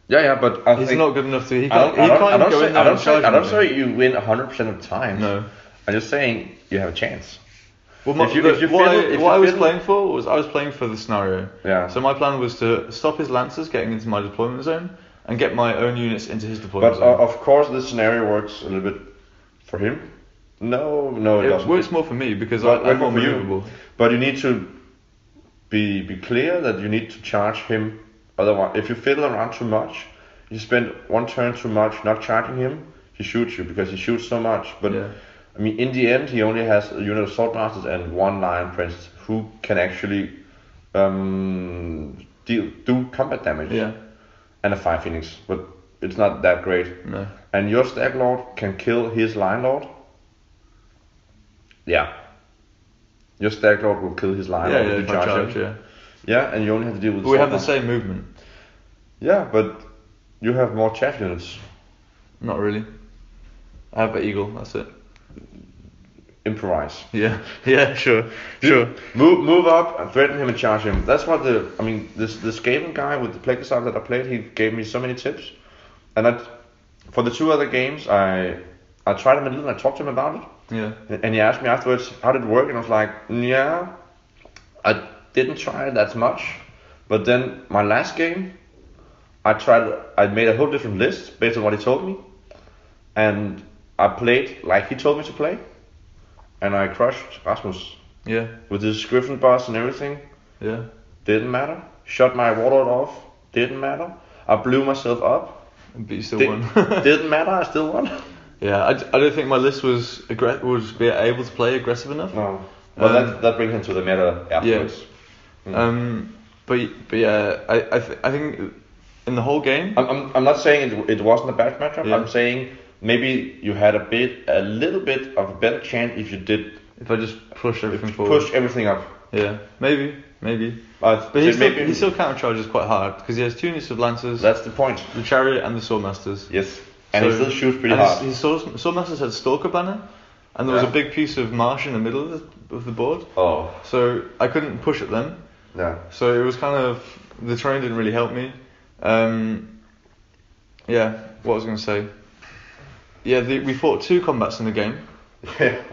yeah, yeah. But I He's think not good enough to. He I can't. don't, I he don't, can't I don't go say, in there I don't and say, charge I don't anything. say you win 100% of the time. No. I'm just saying you have a chance. Well, my, If you- look, if you what, fiddle- I, what if you I was fiddle- playing for was I was playing for the scenario. Yeah. So my plan was to stop his lancers getting into my deployment zone and get my own units into his deployment But uh, zone. of course, this scenario works a little bit for him. No, no, it, it doesn't. works more for me because Well, I, I'm more uh, works for you. maneuverable. But you need to be be clear that you need to charge him. Otherwise, if you fiddle around too much, you spend one turn too much not charging him. He shoots you because he shoots so much. But Yeah. I mean, in the end, he only has a unit of swordmasters and one lion prince who can actually um, deal do combat damage. Yeah. And a fire phoenix, but it's not that great. No. And your stag lord can kill his lion lord. Yeah. Your stag lord will kill his lion Yeah, lord yeah, if if you I charge, charge, him. yeah. Yeah, and you only have to deal with. But we have the sword same movement. now. Yeah, but you have more chaff units. Not really. I have an eagle. That's it. Improvise. Yeah. Yeah. Sure. Sure. Move, move up and threaten him and charge him. That's what the. I mean, this this gaming guy with the Plexisoft that I played, he gave me so many tips, and I, for the two other games, I I tried him a little and I talked to him about it. Yeah. And he asked me afterwards, how did it work? And I was like, "Mm, yeah, I didn't try it that much. But then my last game, I tried, I made a whole different list based on what he told me. And I played like he told me to play. And I crushed Rasmus Yeah. with his Griffin boss and everything. Yeah. Didn't matter. Shut my warlord off. Didn't matter. I blew myself up. But you still Did, won. didn't matter. I still won. yeah. I, d- I don't think my list was aggre- was be able to play aggressive enough. No. Well, Um, that, that brings him to the meta afterwards. Um. But but yeah, I I, th- I think in the whole game. I'm, I'm, I'm not saying it, it wasn't a bad matchup. Yeah. I'm saying maybe you had a bit, a little bit of a better chance if you did If I just push everything forward. push everything up. Yeah. Maybe. Maybe. Uh, But he still, maybe he still counter charges quite hard because he has two units of lancers, that's the point. the chariot, and the swordmasters. Yes, and he So- still shoots pretty and his- hard. His, sword, swordmasters had stalker banner, and there was Yeah. a big piece of marsh in the middle of the, of the board. oh, So I couldn't push at them. yeah. So it was kind of the terrain didn't really help me. Um, yeah, what was I going to say? Yeah, the, we fought two combats in the game.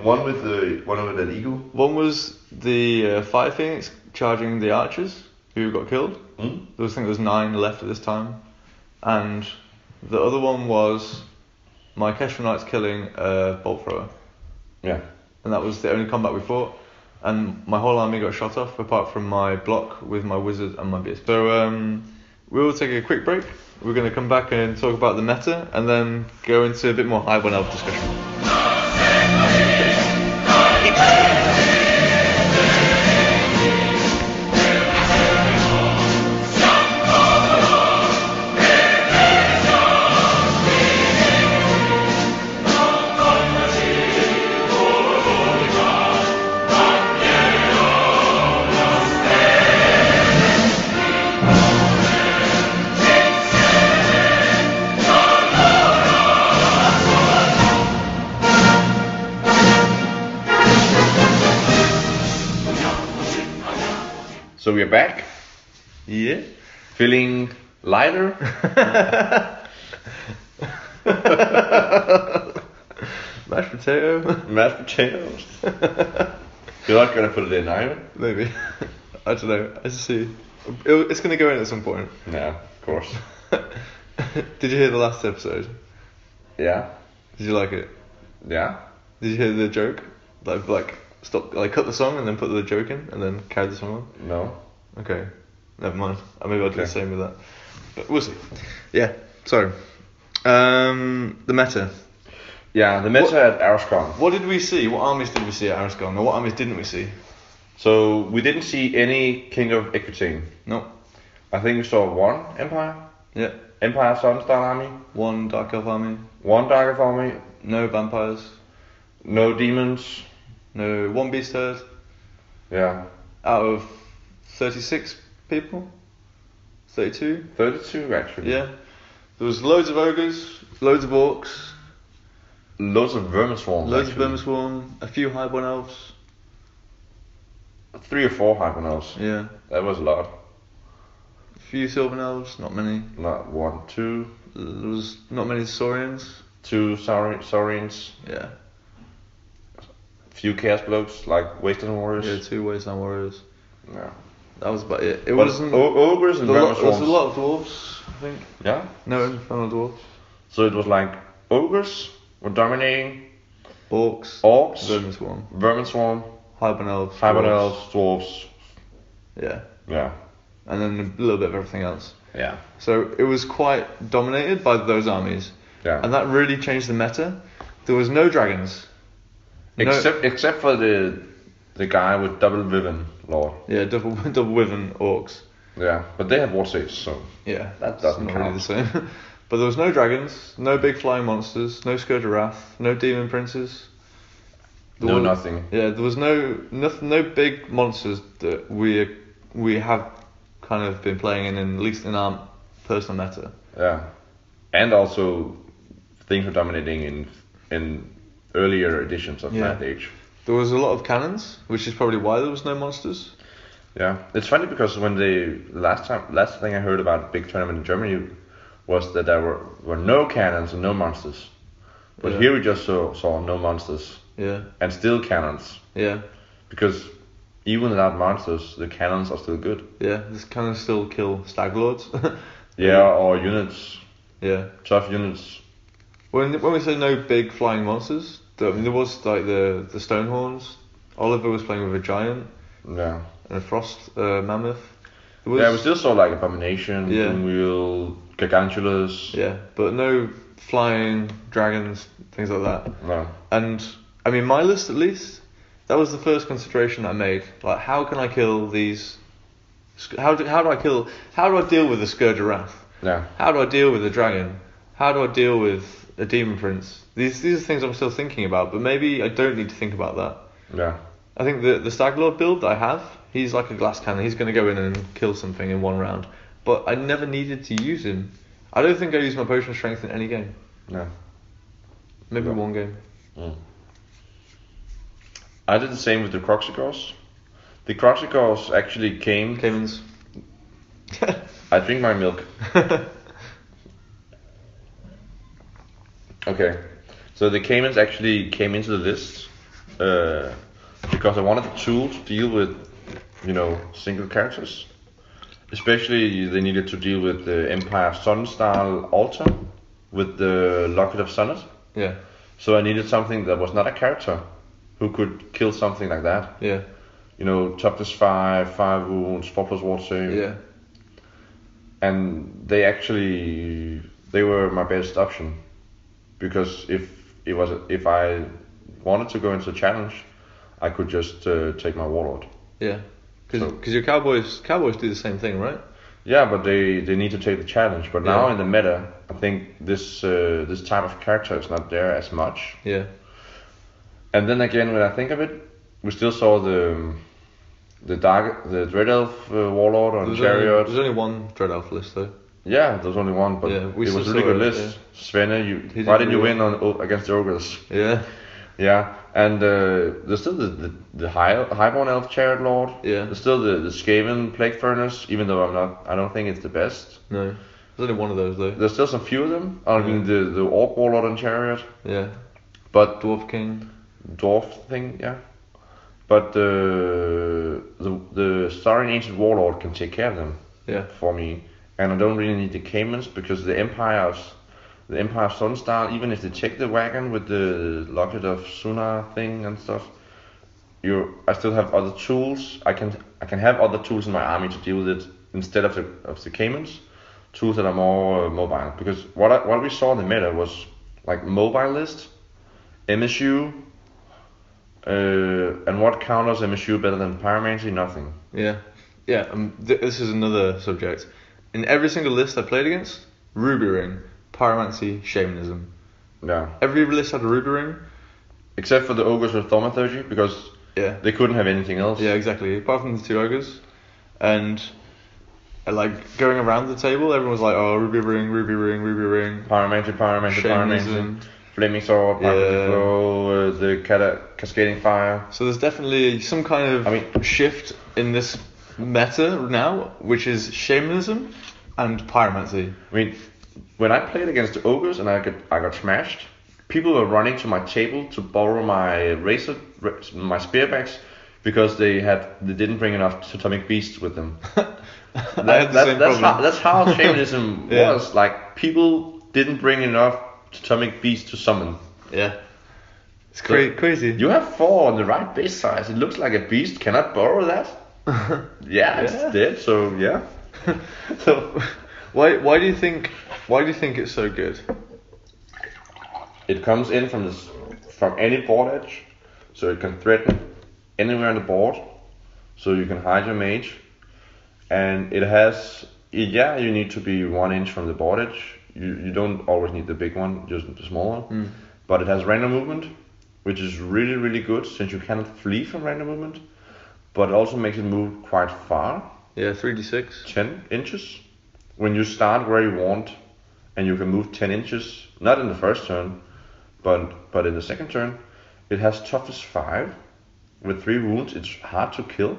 one with the one with an eagle. One was the uh, fire phoenix charging the archers who got killed. Mm? There was, I think there was nine left at this time, and the other one was my Keshra Knights killing a bolt thrower, Yeah. and that was the only combat we fought. And my whole army got shot off, apart from my block with my wizard and my beast. So um, we will take a quick break. We're going to come back and talk about the meta, and then go into a bit more high one elf discussion. So we are back, Yeah. feeling lighter. Mashed potato. Mashed potatoes. You're not gonna put it in, are you? Maybe. I don't know. I just see. It- It's going to go in at some point. No, of course. Did you hear the last episode? yeah. Did you like it? Yeah. Did you hear the joke? Like, like stop, like cut the song and then put the joke in and then carry the song No. on. Okay, never mind. Uh, Maybe I'll do Okay. the same with that. But we'll see. Yeah. So, um, the meta. Yeah, the meta What- at Arascon. What did we see? What armies did we see at Arascon? Or what armies didn't we see? So we didn't see any King of Equatine. No. I think we saw one Empire, Yeah. Empire Sunstar Army, One dark elf army. one Dark Elf Army, No vampires. no demons. No one beast herd. Yeah, Out of thirty-six people. Thirty-two. 32 actually. Yeah. There was loads of ogres, loads of orcs, Loads of vermin swarms. loads actually. of vermin swarm, a few highborn elves. Three or four Hypernauts. Yeah. That was a lot. A few silver elves, not many. Not one, two, There was not many saurians. two Saur- Saurians, Yeah. few chaos blokes like Western Warriors. Yeah, two ways and warriors. Yeah. That was about it. It But wasn't. o- ogres and there grammar was a lot- there was a swarms. lot of dwarves, I think. Yeah. No infernal dwarves. So it was like ogres were dominating, Orcs. orcs, Vermin swarm. vermin swarm, Hibern elves. hybrid dwarves. elves, dwarves. Yeah. Yeah. And then a little bit of everything else. Yeah. So it was quite dominated by those armies. Yeah. And that really changed the meta. There was no dragons. No- Except except for the the guy with double Vivian lord. yeah, double double wyvern orcs. Yeah. But they have war saves, so Yeah, That that's doesn't not really the same. but there was no dragons, no big flying monsters, no Scourge of Wrath, no demon princes. There no was- nothing. Yeah, there was no nothing, no big monsters that we we have kind of been playing in, in at least in our personal meta. Yeah. And also things were dominating in in earlier editions of Yeah. Flat Age. There was a lot of cannons, which is probably why there was no monsters. Yeah, it's funny because when the last time, last thing I heard about big tournament in Germany was that there were, were no cannons and no monsters. But Yeah. here we just saw, saw no monsters Yeah, and still cannons yeah, because even without monsters, the cannons are still good. yeah. This cannons still kill stag lords. Yeah, or units, yeah. tough units. When when we say no big flying monsters, there, I mean, there was like the the Stonehorns. Oliver was playing with a giant Yeah, and a frost uh, mammoth. There was, yeah, we still saw like abomination, Yeah. doomwheel, gargantulas. yeah, but no flying dragons, things like that. No. And I mean, my list at least, that was the first consideration I made. Like, how can I kill these? sc- How do, how do I kill? How do I deal with the scourge of wrath? Yeah. How do I deal with a dragon? How do I deal with a demon prince? These these are things I'm still thinking about, but maybe I don't need to think about that. Yeah. I think the the stag lord build that I have, he's like a glass cannon. He's going to go in and kill something in one round. But I never needed to use him. I don't think I used my potion of strength in any game. Yeah. Maybe Yeah. one game. Mm. I did the same with the Croxicors. The Croxicors actually came. Caymans. I drink my milk. Okay. So the Caymans actually came into the list uh, because I wanted a tool to deal with, you know, single characters. Especially they needed to deal with the Empire of Sunstar altar with the Locket of Sonnet. yeah, So I needed something that was not a character who could kill something like that. yeah, you know, toughness five, five wounds, four plus one save. yeah, And they actually they were my best option because if it was if I wanted to go into a challenge, I could just uh, take my warlord. yeah. Because So- your cowboys cowboys do the same thing, right? Yeah, but they, they need to take the challenge. But now Yeah. in the meta, I think this uh, this type of character is not there as much. Yeah, And then again, when I think of it, we still saw the the dark the dread elf uh, warlord on there's chariot. only, there's only one dread elf list though. Yeah, there's only one, but Yeah, we it still was a really saw good it, list. Svenne, you He why did did you really win on o- against the ogres? Yeah, Yeah, and uh, there's still the the, the high, highborn elf chariot lord. Yeah. There's still the the Skaven plague furnace, even though I'm not, I don't think it's the best. no, there's only one of those though. There's still some few of them. I mean the the orc warlord and chariot, Yeah, but dwarf king. dwarf thing, yeah. But uh, the the starry ancient warlord can take care of them. Yeah, for me, and I don't really need the Caymans because the Empire's the Empire of Sunstar, even if they take the wagon with the locket of Suna thing and stuff, you I still have other tools. I can I can have other tools in my army to deal with it instead of the of the Caymans, tools that are more uh, mobile. Because what I, what we saw in the meta was like mobile list, MSU. Uh, and what counters MSU better than Pyromancy? Nothing. yeah, yeah. Um, th- this is another subject. In every single list I played against, ruby ring, pyromancy, shamanism. Yeah. Every list had a ruby ring. Except for the ogres with thaumaturgy, because Yeah. they couldn't have anything else. Yeah, exactly. Apart from the two ogres, and uh, like going around the table, everyone was like, "Oh, ruby ring, ruby ring, ruby ring." Pyromancy, pyromancy, Shamanism. pyromancy. Flaming sword, pyromancy Yeah. flow, uh, the cata- cascading fire. So there's definitely some kind of I mean- shift in this meta now, which is shamanism and pyromancy. I mean, when I played against the ogres and I got I got smashed, people were running to my table to borrow my razor, ra- my spearbacks, because they had they didn't bring enough Totemic Beasts with them. I That- had the that- same that's, problem. how, that's how shamanism Yeah. was. Like people didn't bring enough Totemic Beasts to summon. yeah. It's cra- crazy. You have four on the right base size. It looks like a beast. Can I borrow that? yeah, Yeah. it's dead. So yeah. so, why why do you think why do you think it's so good? It comes in from this from any board edge, so it can threaten anywhere on the board, so you can hide your mage. And it has yeah, you need to be one inch from the board edge. You you don't always need the big one, just the small one. But it has random movement, which is really really good since you cannot flee from random movement. But it also makes it move quite far, Yeah, three d six. ten inches. When you start where you want, and you can move ten inches, not in the first turn, but but in the second turn, it has toughness five. With three wounds, it's hard to kill,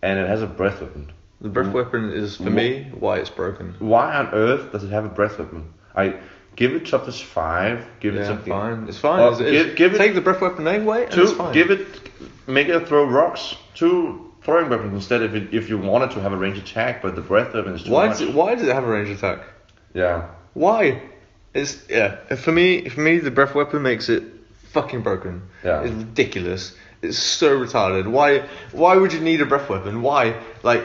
and it has a breath weapon. The Mm. breath weapon is for me why it's broken. Why on earth does it have a breath weapon? I give it toughness five. Give it Yeah, something. fine. It's fine. Or It's- it's- give- give it- take the breath weapon away. And it's Two. fine. Give it. Make it throw rocks. Two throwing weapons instead. If it, if you wanted to have a range attack, but the breath weapon is too Why much. does it, why does it have a range attack? Yeah. Why? It's yeah. For me, for me, the breath weapon makes it fucking broken. Yeah. It's ridiculous. It's so retarded. Why? Why would you need a breath weapon? Why? Like,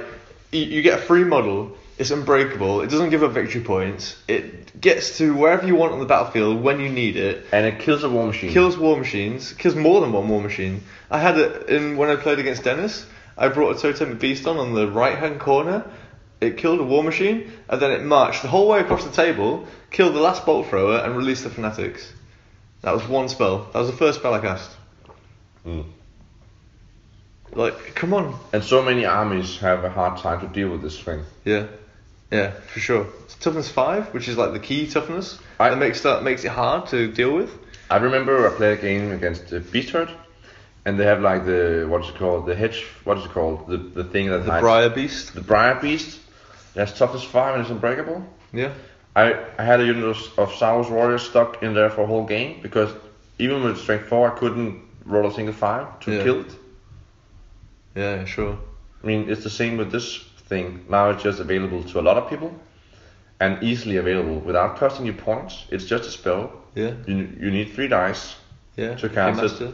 you, you get a free model. It's unbreakable. It doesn't give up victory points. It gets to wherever you want on the battlefield when you need it. And it kills a war machine. Kills war machines. Kills more than one war machine. I had it in when I played against Dennis. I brought a totem beast on on the right hand corner. It killed a war machine, and then it marched the whole way across the table, killed the last bolt thrower, and released the fanatics. That was one spell. That was the first spell I cast. Mm. Like, come on. And so many armies have a hard time to deal with this thing. Yeah, yeah, for sure. It's toughness five, which is like the key toughness. I- that makes that makes it hard to deal with. I remember I played a game against uh, Beast Herd, and they have like the what is it called? The hedge. What is it called? The the thing that The hides. briar beast. The Briar Beast. That's toughest five and it's unbreakable. Yeah. I, I had a unit of, of Saurus Warriors stuck in there for a whole game because even with strength four I couldn't roll a single five to Yeah. kill it. Yeah, sure. I mean, it's the same with this thing. Now it's just available to a lot of people and easily available without costing you points. It's just a spell. Yeah, You, you need three dice yeah. To cast it. Keymaster.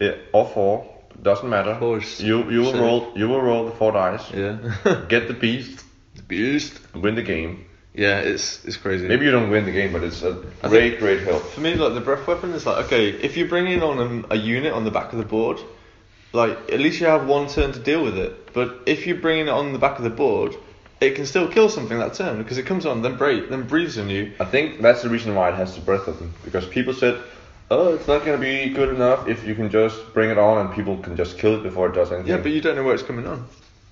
eh, or four, doesn't matter. Four is You, you, will safe. roll, you will roll the four dice, Yeah. get the beast, Beast. win the game. Yeah, it's it's crazy. Maybe you don't win the game, but it's a I great, great help. for me, like the breath weapon is like okay, if you bring in on a, a unit on the back of the board, like at least you have one turn to deal with it. But if you bring in it on the back of the board, it can still kill something that turn because it comes on, then break, then breathes on you. I think that's the reason why it has the breath weapon because people said, "Oh, it's not gonna be good enough if you can just bring it on and people can just kill it before it does anything." Yeah, but you don't know where it's coming on.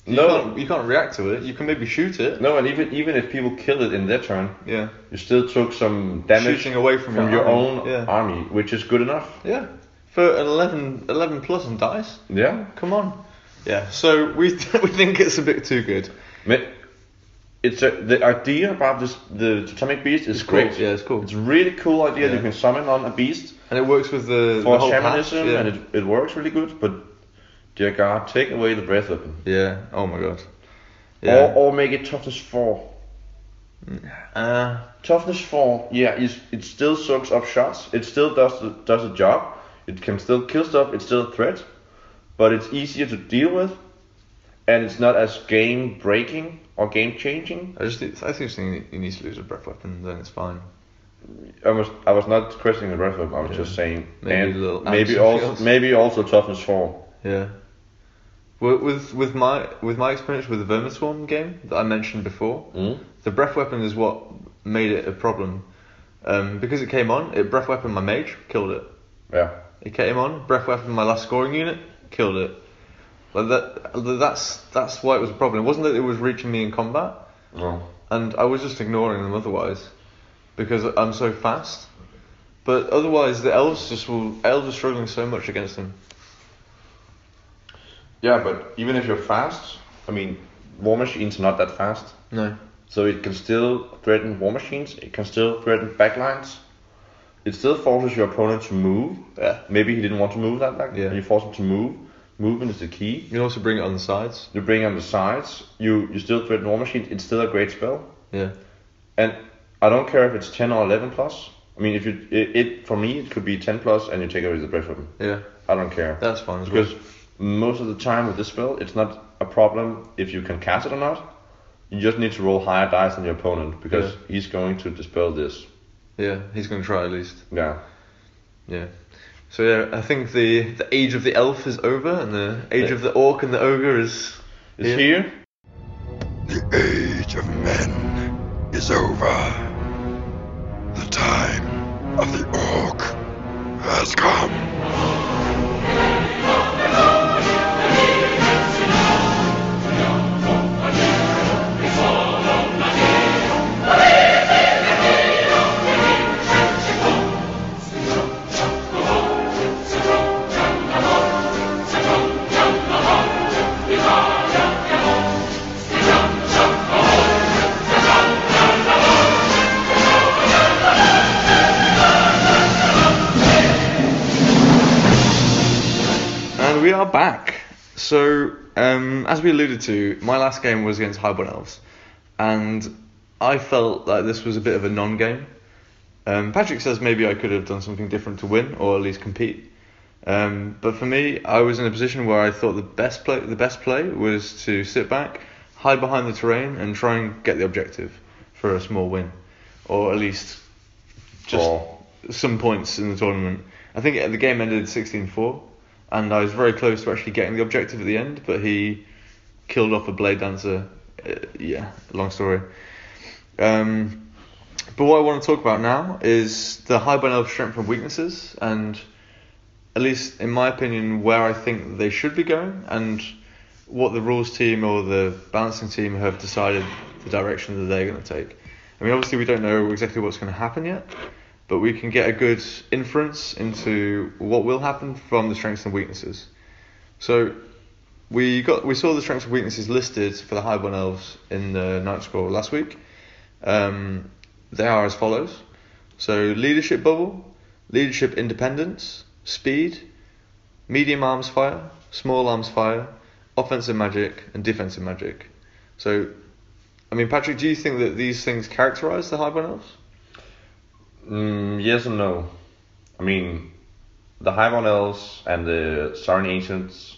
You no, can't, you can't react to it. You can maybe shoot it. no, and even even if people kill it in their turn, Yeah. you still took some damage Shooting away from, from your army. own Yeah. army, which is good enough. Yeah. For an 11, 11 plus on dice. Yeah, Come on. Yeah. So we we think it's a bit too good. Ma- it's a, the idea about this the totemic beast is It's cool, great. yeah, it's cool. It's a really cool idea. Yeah. You can summon on a beast And it works with the, the for whole patch, shamanism, yeah. and it, it works really good. But dear God, take away the breath weapon. yeah. Oh my god. Yeah. Or, or make it toughness four. uh, Toughness four. Yeah, is it still soaks up shots. It still does the, does a job. It can still kill stuff. It's still a threat, but it's easier to deal with, and it's not as game breaking or game changing. I just think- I think you need- you need to lose a breath weapon, then it's fine. I was I was not questioning the rest of them. I was Yeah. just saying Maybe a little and maybe action also feels. maybe also toughness four. Yeah. With with, with my with my experience with the Vermisworm game that I mentioned before, Mm. the breath weapon is what made it a problem. Um, because it came on, it breath weapon my mage killed it. Yeah. It came on, breath weapon my last scoring unit killed it. Like that, that's that's why it was a problem. It wasn't that it was reaching me in combat, Oh. No. and I was just ignoring them otherwise, because I'm so fast. But otherwise, the elves just will elves are struggling so much against them. Yeah, but even if you're fast, I mean, war machine's not that fast. No. So it can still threaten war machines, it can still threaten backlines, it still forces your opponent to move. Yeah. Maybe he didn't want to move that back. Yeah. You force him to move. Movement is the key. You can also bring it on the sides. You bring on the sides. You you still threaten War Machine. It's still a great spell. Yeah. And I don't care if it's 10 or 11 plus. I mean, if you it, it for me it could be 10 plus and you take away the breath weapon. Yeah. I don't care That's fine as because well. most of the time with this spell it's not a problem if you can cast it or not. You just need to roll higher dice than your opponent because Yeah. he's going to dispel this. Yeah, he's going to try at least. Yeah. Yeah. So yeah, I think the the age of the elf is over, and the age of the orc and the ogre is It's here. The age of men is over. The time of the orc has come. And we are back. So, um, as we alluded to, my last game was against Highborn Elves, and I felt that this was a bit of a non-game. Um, Patrick says maybe I could have done something different to win, or at least compete. Um, but for me, I was in a position where I thought the best play, the best play was to sit back, hide behind the terrain, and try and get the objective for a small win, or at least just Draw. some points in the tournament. I think the game ended 16-4, and I was very close to actually getting the objective at the end, but he killed off a blade dancer. Uh, yeah, long story. Um, but what I want to talk about now is the Highborn Elf strength and weaknesses, and at least in my opinion, where I think they should be going, and what the rules team or the balancing team have decided the direction that they're going to take. I mean, obviously, we don't know exactly what's going to happen yet, but we can get a good inference into what will happen from the strengths and weaknesses. So we got we saw the strengths and weaknesses listed for the Highborn Elves in the Night Scroll last week. Um, they are as follows: so leadership bubble, leadership independence, speed, medium arms fire, small arms fire, offensive magic, and defensive magic. So, I mean, Patrick, do you think that these things characterize the Highborn Elves? Mm, yes and no. I mean, the Highborn Elves and the Sarin Ancients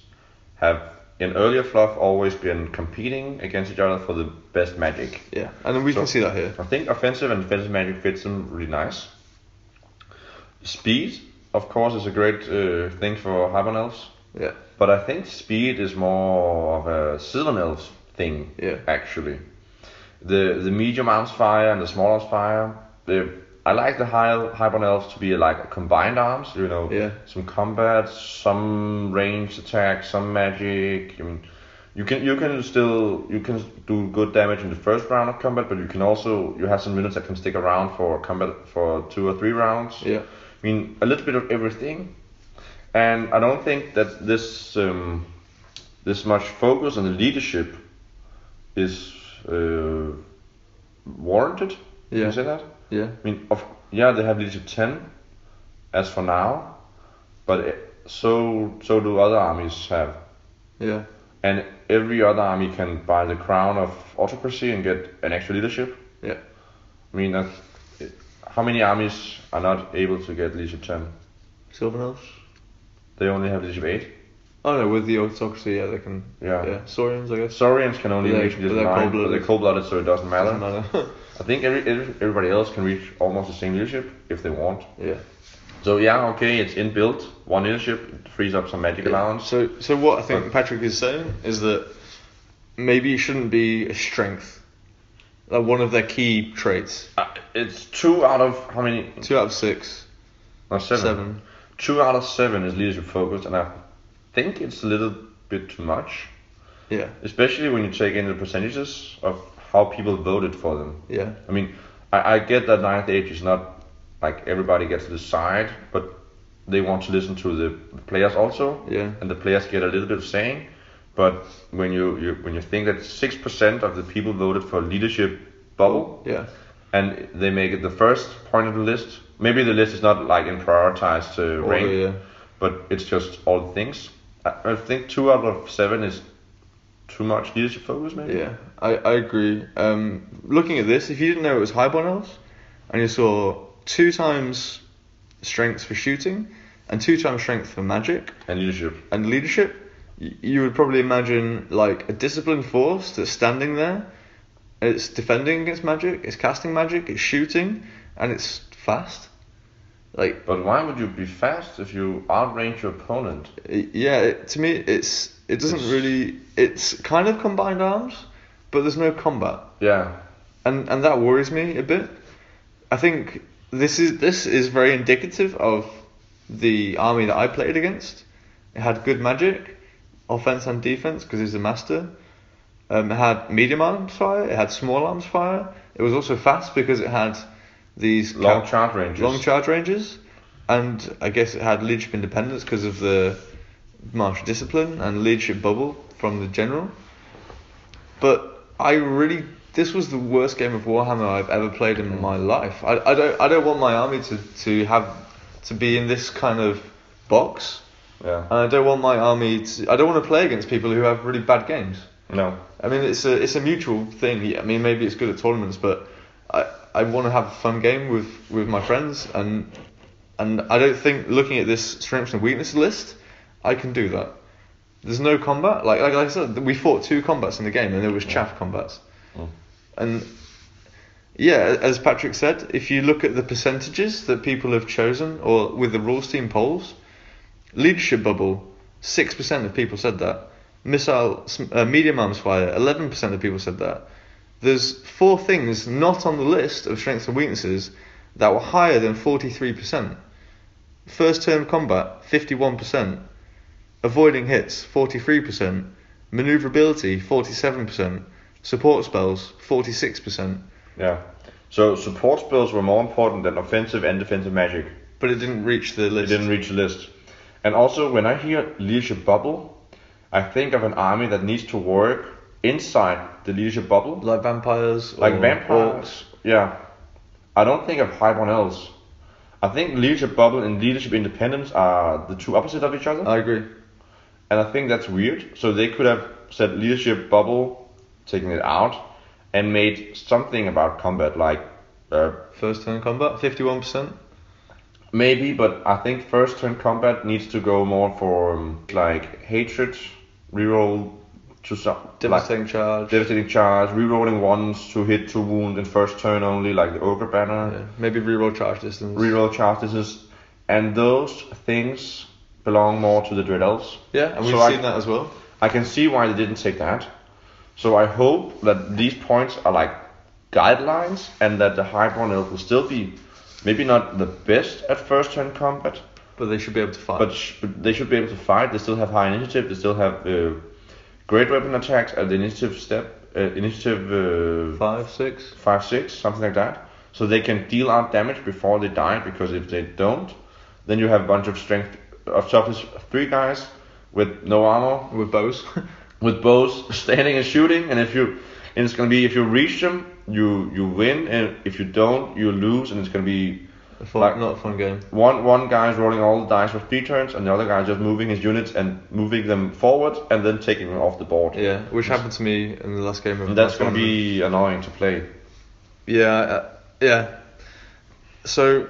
have, in earlier fluff, always been competing against each other for the best magic. Yeah, and we So- can see that here. I think offensive and defensive magic fits them really nice. Speed, of course, is a great uh, thing for Highborn Elves, Yeah, but I think speed is more of a Sylvan Elves thing, Yeah. actually. The the medium arms fire and the small arms fire. The I like the high Highborn Elves to be like combined arms, you know, Yeah. some combat, some ranged attack, some magic. I mean, you can you can still you can do good damage in the first round of combat, but you can also you have some units that can stick around for combat for two or three rounds. Yeah. I mean a little bit of everything, and I don't think that this um, this much focus on the leadership is uh, warranted. Can Yeah. you say that? yeah, I mean, of yeah, they have leadership ten, as for now, but it, so so do other armies have yeah, and every other army can buy the crown of autocracy and get an extra leadership. yeah. I mean, that's, it, how many armies are not able to get leadership 10? Sylvan Elves? They only have leadership 8. Oh no, with the autocracy, yeah, they can. Yeah. yeah. Saurians, I guess. Saurians can only But they- reach but leadership they're 9, but cold-blooded. they're cold-blooded, so it doesn't matter. Doesn't matter. I think every, every, everybody else can reach almost the same leadership if they want. yeah. So yeah, okay, it's inbuilt. One leadership it frees up some magic allowance. So, so what I think But- Patrick is saying is that maybe it shouldn't be a strength, like one of their key traits. Uh, it's two out of how many? Two out of six, No, seven. Two out of seven is leadership focused, and I think it's a little bit too much, Yeah, especially when you take in the percentages of how people voted for them. yeah, I mean, I, I get that ninth age is not like everybody gets to decide, but they want to listen to the players also, Yeah. and the players get a little bit of saying. But when you, you when you think that six percent of the people voted for leadership bubble, yeah, and they make it the first point of the list. Maybe the list is not like in prioritized to Order, rank, Oh, yeah. but it's just all the things. I, I think two out of seven is too much leadership focus, maybe. Yeah, I, I agree. Um, looking at this, if you didn't know it was high bonells, and you saw two times strength for shooting and two times strength for magic And leadership. and leadership, y- you would probably imagine like a disciplined force that's standing there. It's defending against magic. It's casting magic. It's shooting, and it's fast. Like But why would you be fast if you outrange your opponent? it- yeah, it, to me, it's it doesn't It's- really. It's kind of combined arms, but there's no combat. Yeah. and and that worries me a bit. I think this is this is very indicative of the army that I played against. It had good magic, offense and defense, because he's a master. Um, it had medium arms fire. It had small arms fire. It was also fast because it had these Long cap- charge ranges. long charge ranges, and I guess it had leadership independence because of the martial discipline and leadership bubble from the general. But I really, this was the worst game of Warhammer I've ever played in my life. I, I don't, I don't want my army to, to have to be in this kind of box, Yeah. and I don't want my army to. I don't want to play against people who have really bad games. no. I mean, it's a it's a mutual thing. Yeah, I mean, maybe it's good at tournaments, but I I want to have a fun game with with my friends, and and I don't think looking at this strengths and weakness list, I can do that. There's no combat. Like like, I said, we fought two combats in the game, and there was chaff combats, Mm. and yeah, as Patrick said, if you look at the percentages that people have chosen, or with the rules team polls, leadership bubble, six percent of people said that. Missile, sm- uh, medium arms fire, eleven percent of people said that. There's four things not on the list of strengths and weaknesses that were higher than forty-three percent. First term combat, fifty-one percent. Avoiding hits, forty-three percent. Maneuverability, forty-seven percent. Support spells, forty-six percent. Yeah. So support spells were more important than offensive and defensive magic. But it didn't reach the It list. didn't reach the list. And also, when I hear leadership bubble, I think of an army that needs to work inside the leadership bubble, like vampires. like or vampires. Yeah. I don't think of Hybron else. I think leadership bubble and leadership independence are the two opposite of each other. orcs. I agree. And I think that's weird. So they could have said leadership bubble, taking it out, and made something about combat, like uh, First turn combat, fifty-one percent. maybe. But I think first turn combat needs to go more for um, like hatred, reroll to some Devastating like, charge. devastating charge, rerolling ones to hit to wound in first turn only, like the ogre banner. Yeah, maybe reroll charge distance. Reroll charge. This is, and those things belong more to the dread elves. Yeah, and we've So I- seen that as well. I can see why they didn't take that. So I hope that these points are like guidelines and that the Highborn Elf will still be maybe not the best at first turn combat, But they should be able to fight. but sh- they should be able to fight. They still have high initiative, they still have uh, great weapon attacks at the initiative step, uh, initiative uh, five, six. 5 6, something like that. So they can deal out damage before they die because if they don't, then you have a bunch of strength of toughness three guys with no armor With bows. with bows standing and shooting and if you and it's gonna be if you reach them you you win and if you don't you lose and it's gonna be A fun, Like- not a fun game. one one guy's rolling all the dice for three turns and the other guy just moving his units and moving them forward and then taking them off the board Yeah, which happened to me in the last game of. and that's my gonna tournament. be annoying to play Yeah, uh, yeah. So,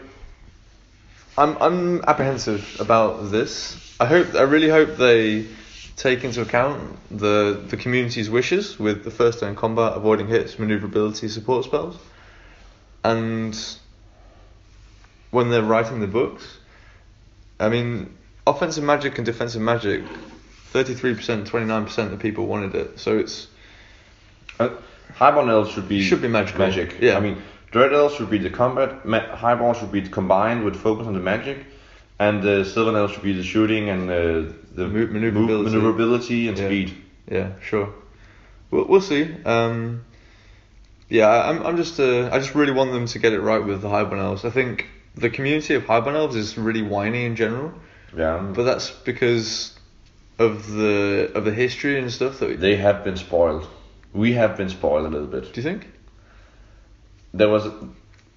I'm I'm apprehensive about this. I hope I really hope they take into account the the community's wishes with the first turn combat, avoiding hits, maneuverability, support spells, and when they're writing the books. I mean, offensive magic and defensive magic, thirty three percent, twenty nine percent of people wanted it. So it's uh, highborn elves should be Should be magical. magic Yeah. i mean dread elves should be the combat ma- highborn should be combined with focus on the magic and the Sylvan Elves should be the shooting and uh, Mo- the move- maneuverability. maneuverability and Yeah. speed. Yeah, sure. We'll, we'll see. Um, yeah, I- I'm, I'm just uh, I just really want them to get it right with the Highborn Elves. I think the community of Highborn Elves is really whiny in general, Yeah, but that's because of the of the history and stuff that. We, they have been spoiled. We have been spoiled a little bit. do you think? there was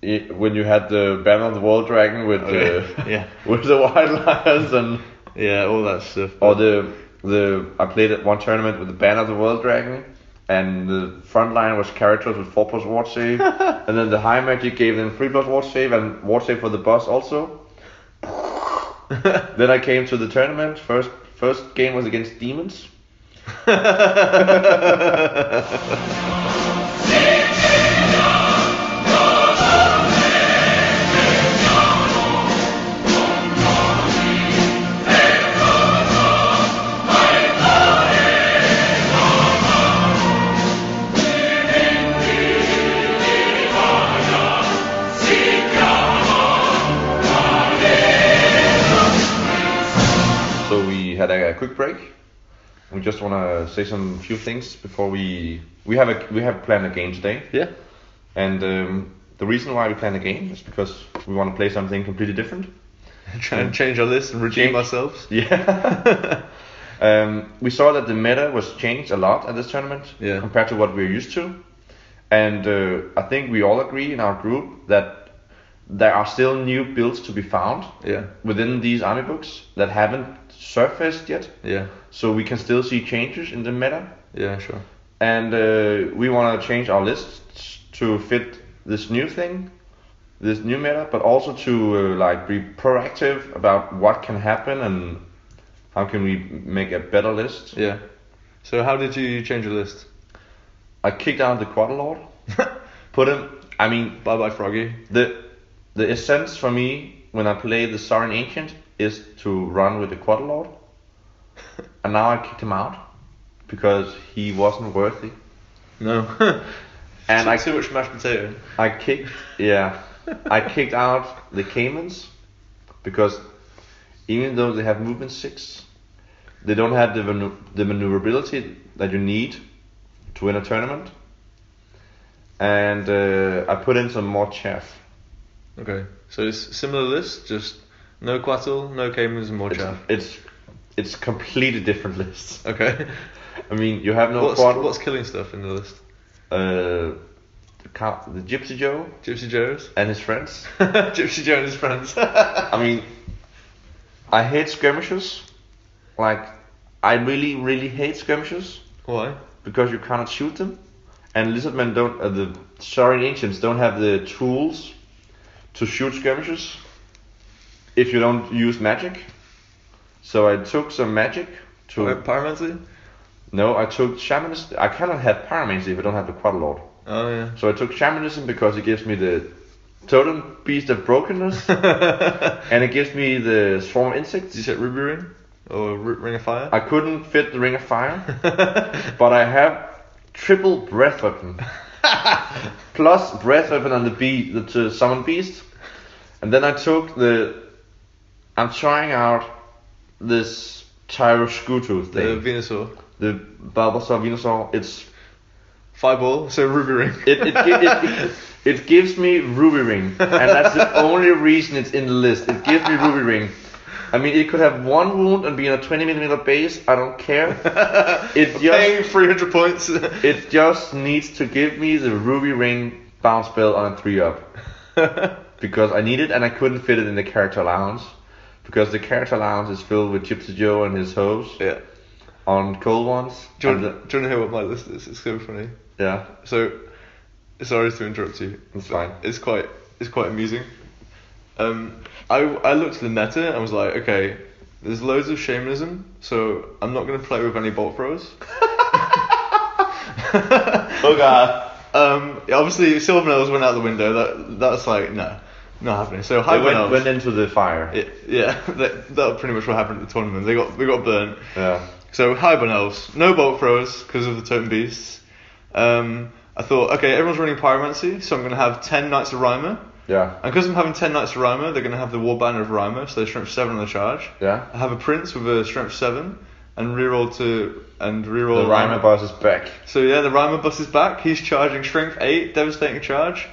i- when you had the banner of the world dragon with Oh, uh, the yeah. with the white lions and Yeah, all that stuff. or the the I played at one tournament with the banner of the world dragon. And the front line was characters with four plus ward save, and then the high magic gave them three plus ward save and ward save for the boss also. then I came to the tournament. First first game was against demons. So we had a, quick break. We just want to say some few things before we we have a we have planned a game today. Yeah. And um, the reason why we planned a game is because we want to play something completely different. Try and change our list and redeem Change. ourselves. Yeah. um, we saw that the meta was changed a lot at this tournament Yeah. compared to what we're used to. And uh, I think we all agree in our group that there are still new builds to be found Yeah. within these army books that haven't surfaced yet. Yeah. So we can still see changes in the meta. Yeah. Sure. And uh, we want to change our lists to fit this new thing, this new meta, but also to uh, like be proactive about what can happen and how can we make a better list. Yeah. So how did you change your list? I kicked out the Quadalord, put him. I mean, Bye bye Froggy. the the essence for me when I play the Sovereign Ancient is to run with the Quadalord, and now I kicked him out because he wasn't worthy. No. And I too much mashed potato. I kicked yeah. I kicked out the Caymans because even though they have movement six, they don't have the manu- the maneuverability that you need to win a tournament. And uh, I put in some more chaff. Okay. So it's similar list, just no quattle, no caymans, and more It's, chaff. it's it's completely different lists. Okay. I mean, you have no what's, quad- what's killing stuff in the list? uh, the, cow- the Gypsy Joe Gypsy Joe's. and his friends. Gypsy Joe and his friends. I mean, I hate skirmishes. Like, I really, really hate skirmishes Why? because you cannot shoot them, and lizardmen don't. Uh, the sorry ancients don't have the tools to shoot skirmishes if you don't use magic. So I took some magic to. Why pyromancy? no, I took shamanism. I cannot have pyromancy if I don't have the quadlord. Oh yeah. So I took shamanism because it gives me the totem beast of brokenness, and it gives me the swarm insects. Did you say Ruby Ring or Ru- Ring of Fire? I couldn't fit the Ring of Fire, but I have triple Breath Weapon. Plus Breath Weapon and the Bee, the to Summon Beast. And then I took the. I'm trying out this the Tyroscutu thing. Venusaur. The Bulbasaur Venusaur. It's. Fireball. So Ruby Ring. It, it, gi- it, it, it gives me Ruby Ring, and that's the only reason it's in the list. It gives me Ruby Ring. I mean, it could have one wound and be in a 20 millimeter base. I don't care. It just Paying 300 points. It just needs to give me the ruby ring bounce spell on a three up because I need it and I couldn't fit it in the character allowance because the character allowance is filled with Gypsy Joe and his hoes yeah. on cold ones. Do you, and want, do you want to hear what my list is? It's so funny. the- yeah, So, sorry to interrupt you. it's fine. It's quite it's quite amusing. Um, I I looked at the meta and was like, okay, there's loads of shamanism, so I'm not gonna play with any bolt throws. Oh god, Um, obviously silver nails went out the window. That that's like no, not happening. So high I went, nails. went into the fire. it, yeah, that, that pretty much what happened at the tournament. They got they got burnt. yeah, So Hibern Elves, no bolt throws because of the Totem Beasts. Um, I thought, okay, everyone's running Pyromancy, so I'm going to have 10 Knights of Rhymer. yeah, And because I'm having 10 Knights of Rhymer, they're going to have the War Banner of Rhymer, so they're strength 7 on the charge. I yeah. have a Prince with a strength 7 and reroll to. and reroll. The Rhymer boss is back. So yeah, the Rhymer bus is back. He's charging strength 8, devastating charge.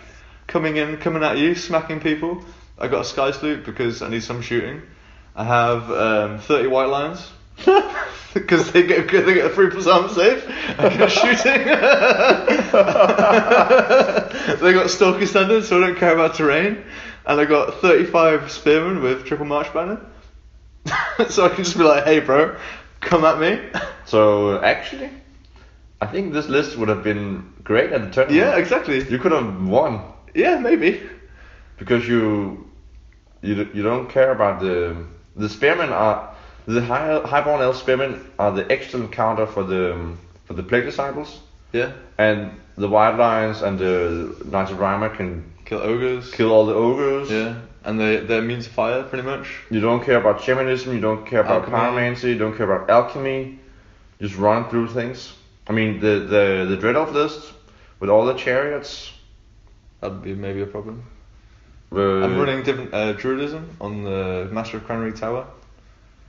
Coming in, coming at you, smacking people. I got a Sky Sloop because I need some shooting. I have um, 30 White Lions. Because they get 'cause they get a three percent save against shooting. they got stalky standards, so I don't care about terrain. And I got thirty-five spearmen with triple march banner, so I can just be like, "Hey, bro, come at me." So actually, I think this list would have been great at the tournament. yeah, exactly. You could have won Yeah, maybe. because you you d- you don't care about the the spearmen are the high highborn elf spearmen are the excellent counter for the um, for the plague disciples Yeah, and the wild lions and the knights of Rhymer can kill ogres. kill all the ogres. Yeah, and they they're immune to fire pretty much. You don't care about shamanism, you don't care about Alchemy. pyromancy, you don't care about alchemy. Just run through things. I mean, the the the Dreadnought list with all the chariots. That'd be maybe a problem. Uh, I'm running different uh, druidism on the Master of Cranry Tower.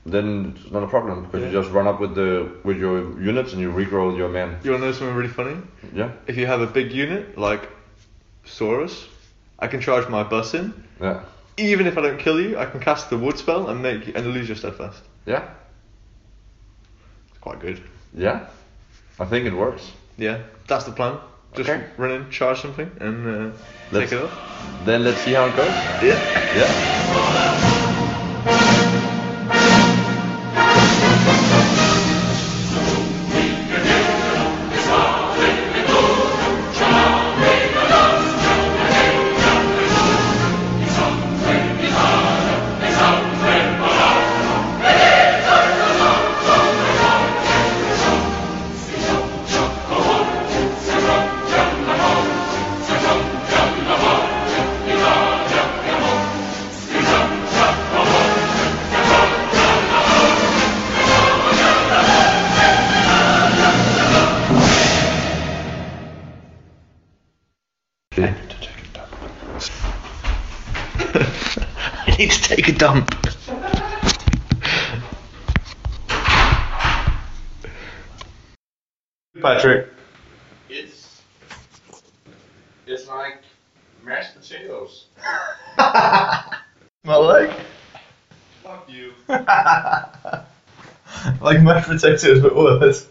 Then it's not a problem because you Yeah. just run up with the with your units and you regrow your men. You wanna know something really funny? Yeah, If you have a big unit like Saurus, I can charge my bus in. yeah, Even if I don't kill you, I can cast the wood spell and make and lose your steadfast. yeah, It's quite good. yeah. I think it works. Yeah, that's the plan. Just Okay. run in, charge something, and uh, Let's- take it off. Then let's see how it goes. Yeah. Yeah. I need to take a dump. Patrick. It's it's like mashed potatoes. My leg. Fuck you. Like mashed potatoes, but worse.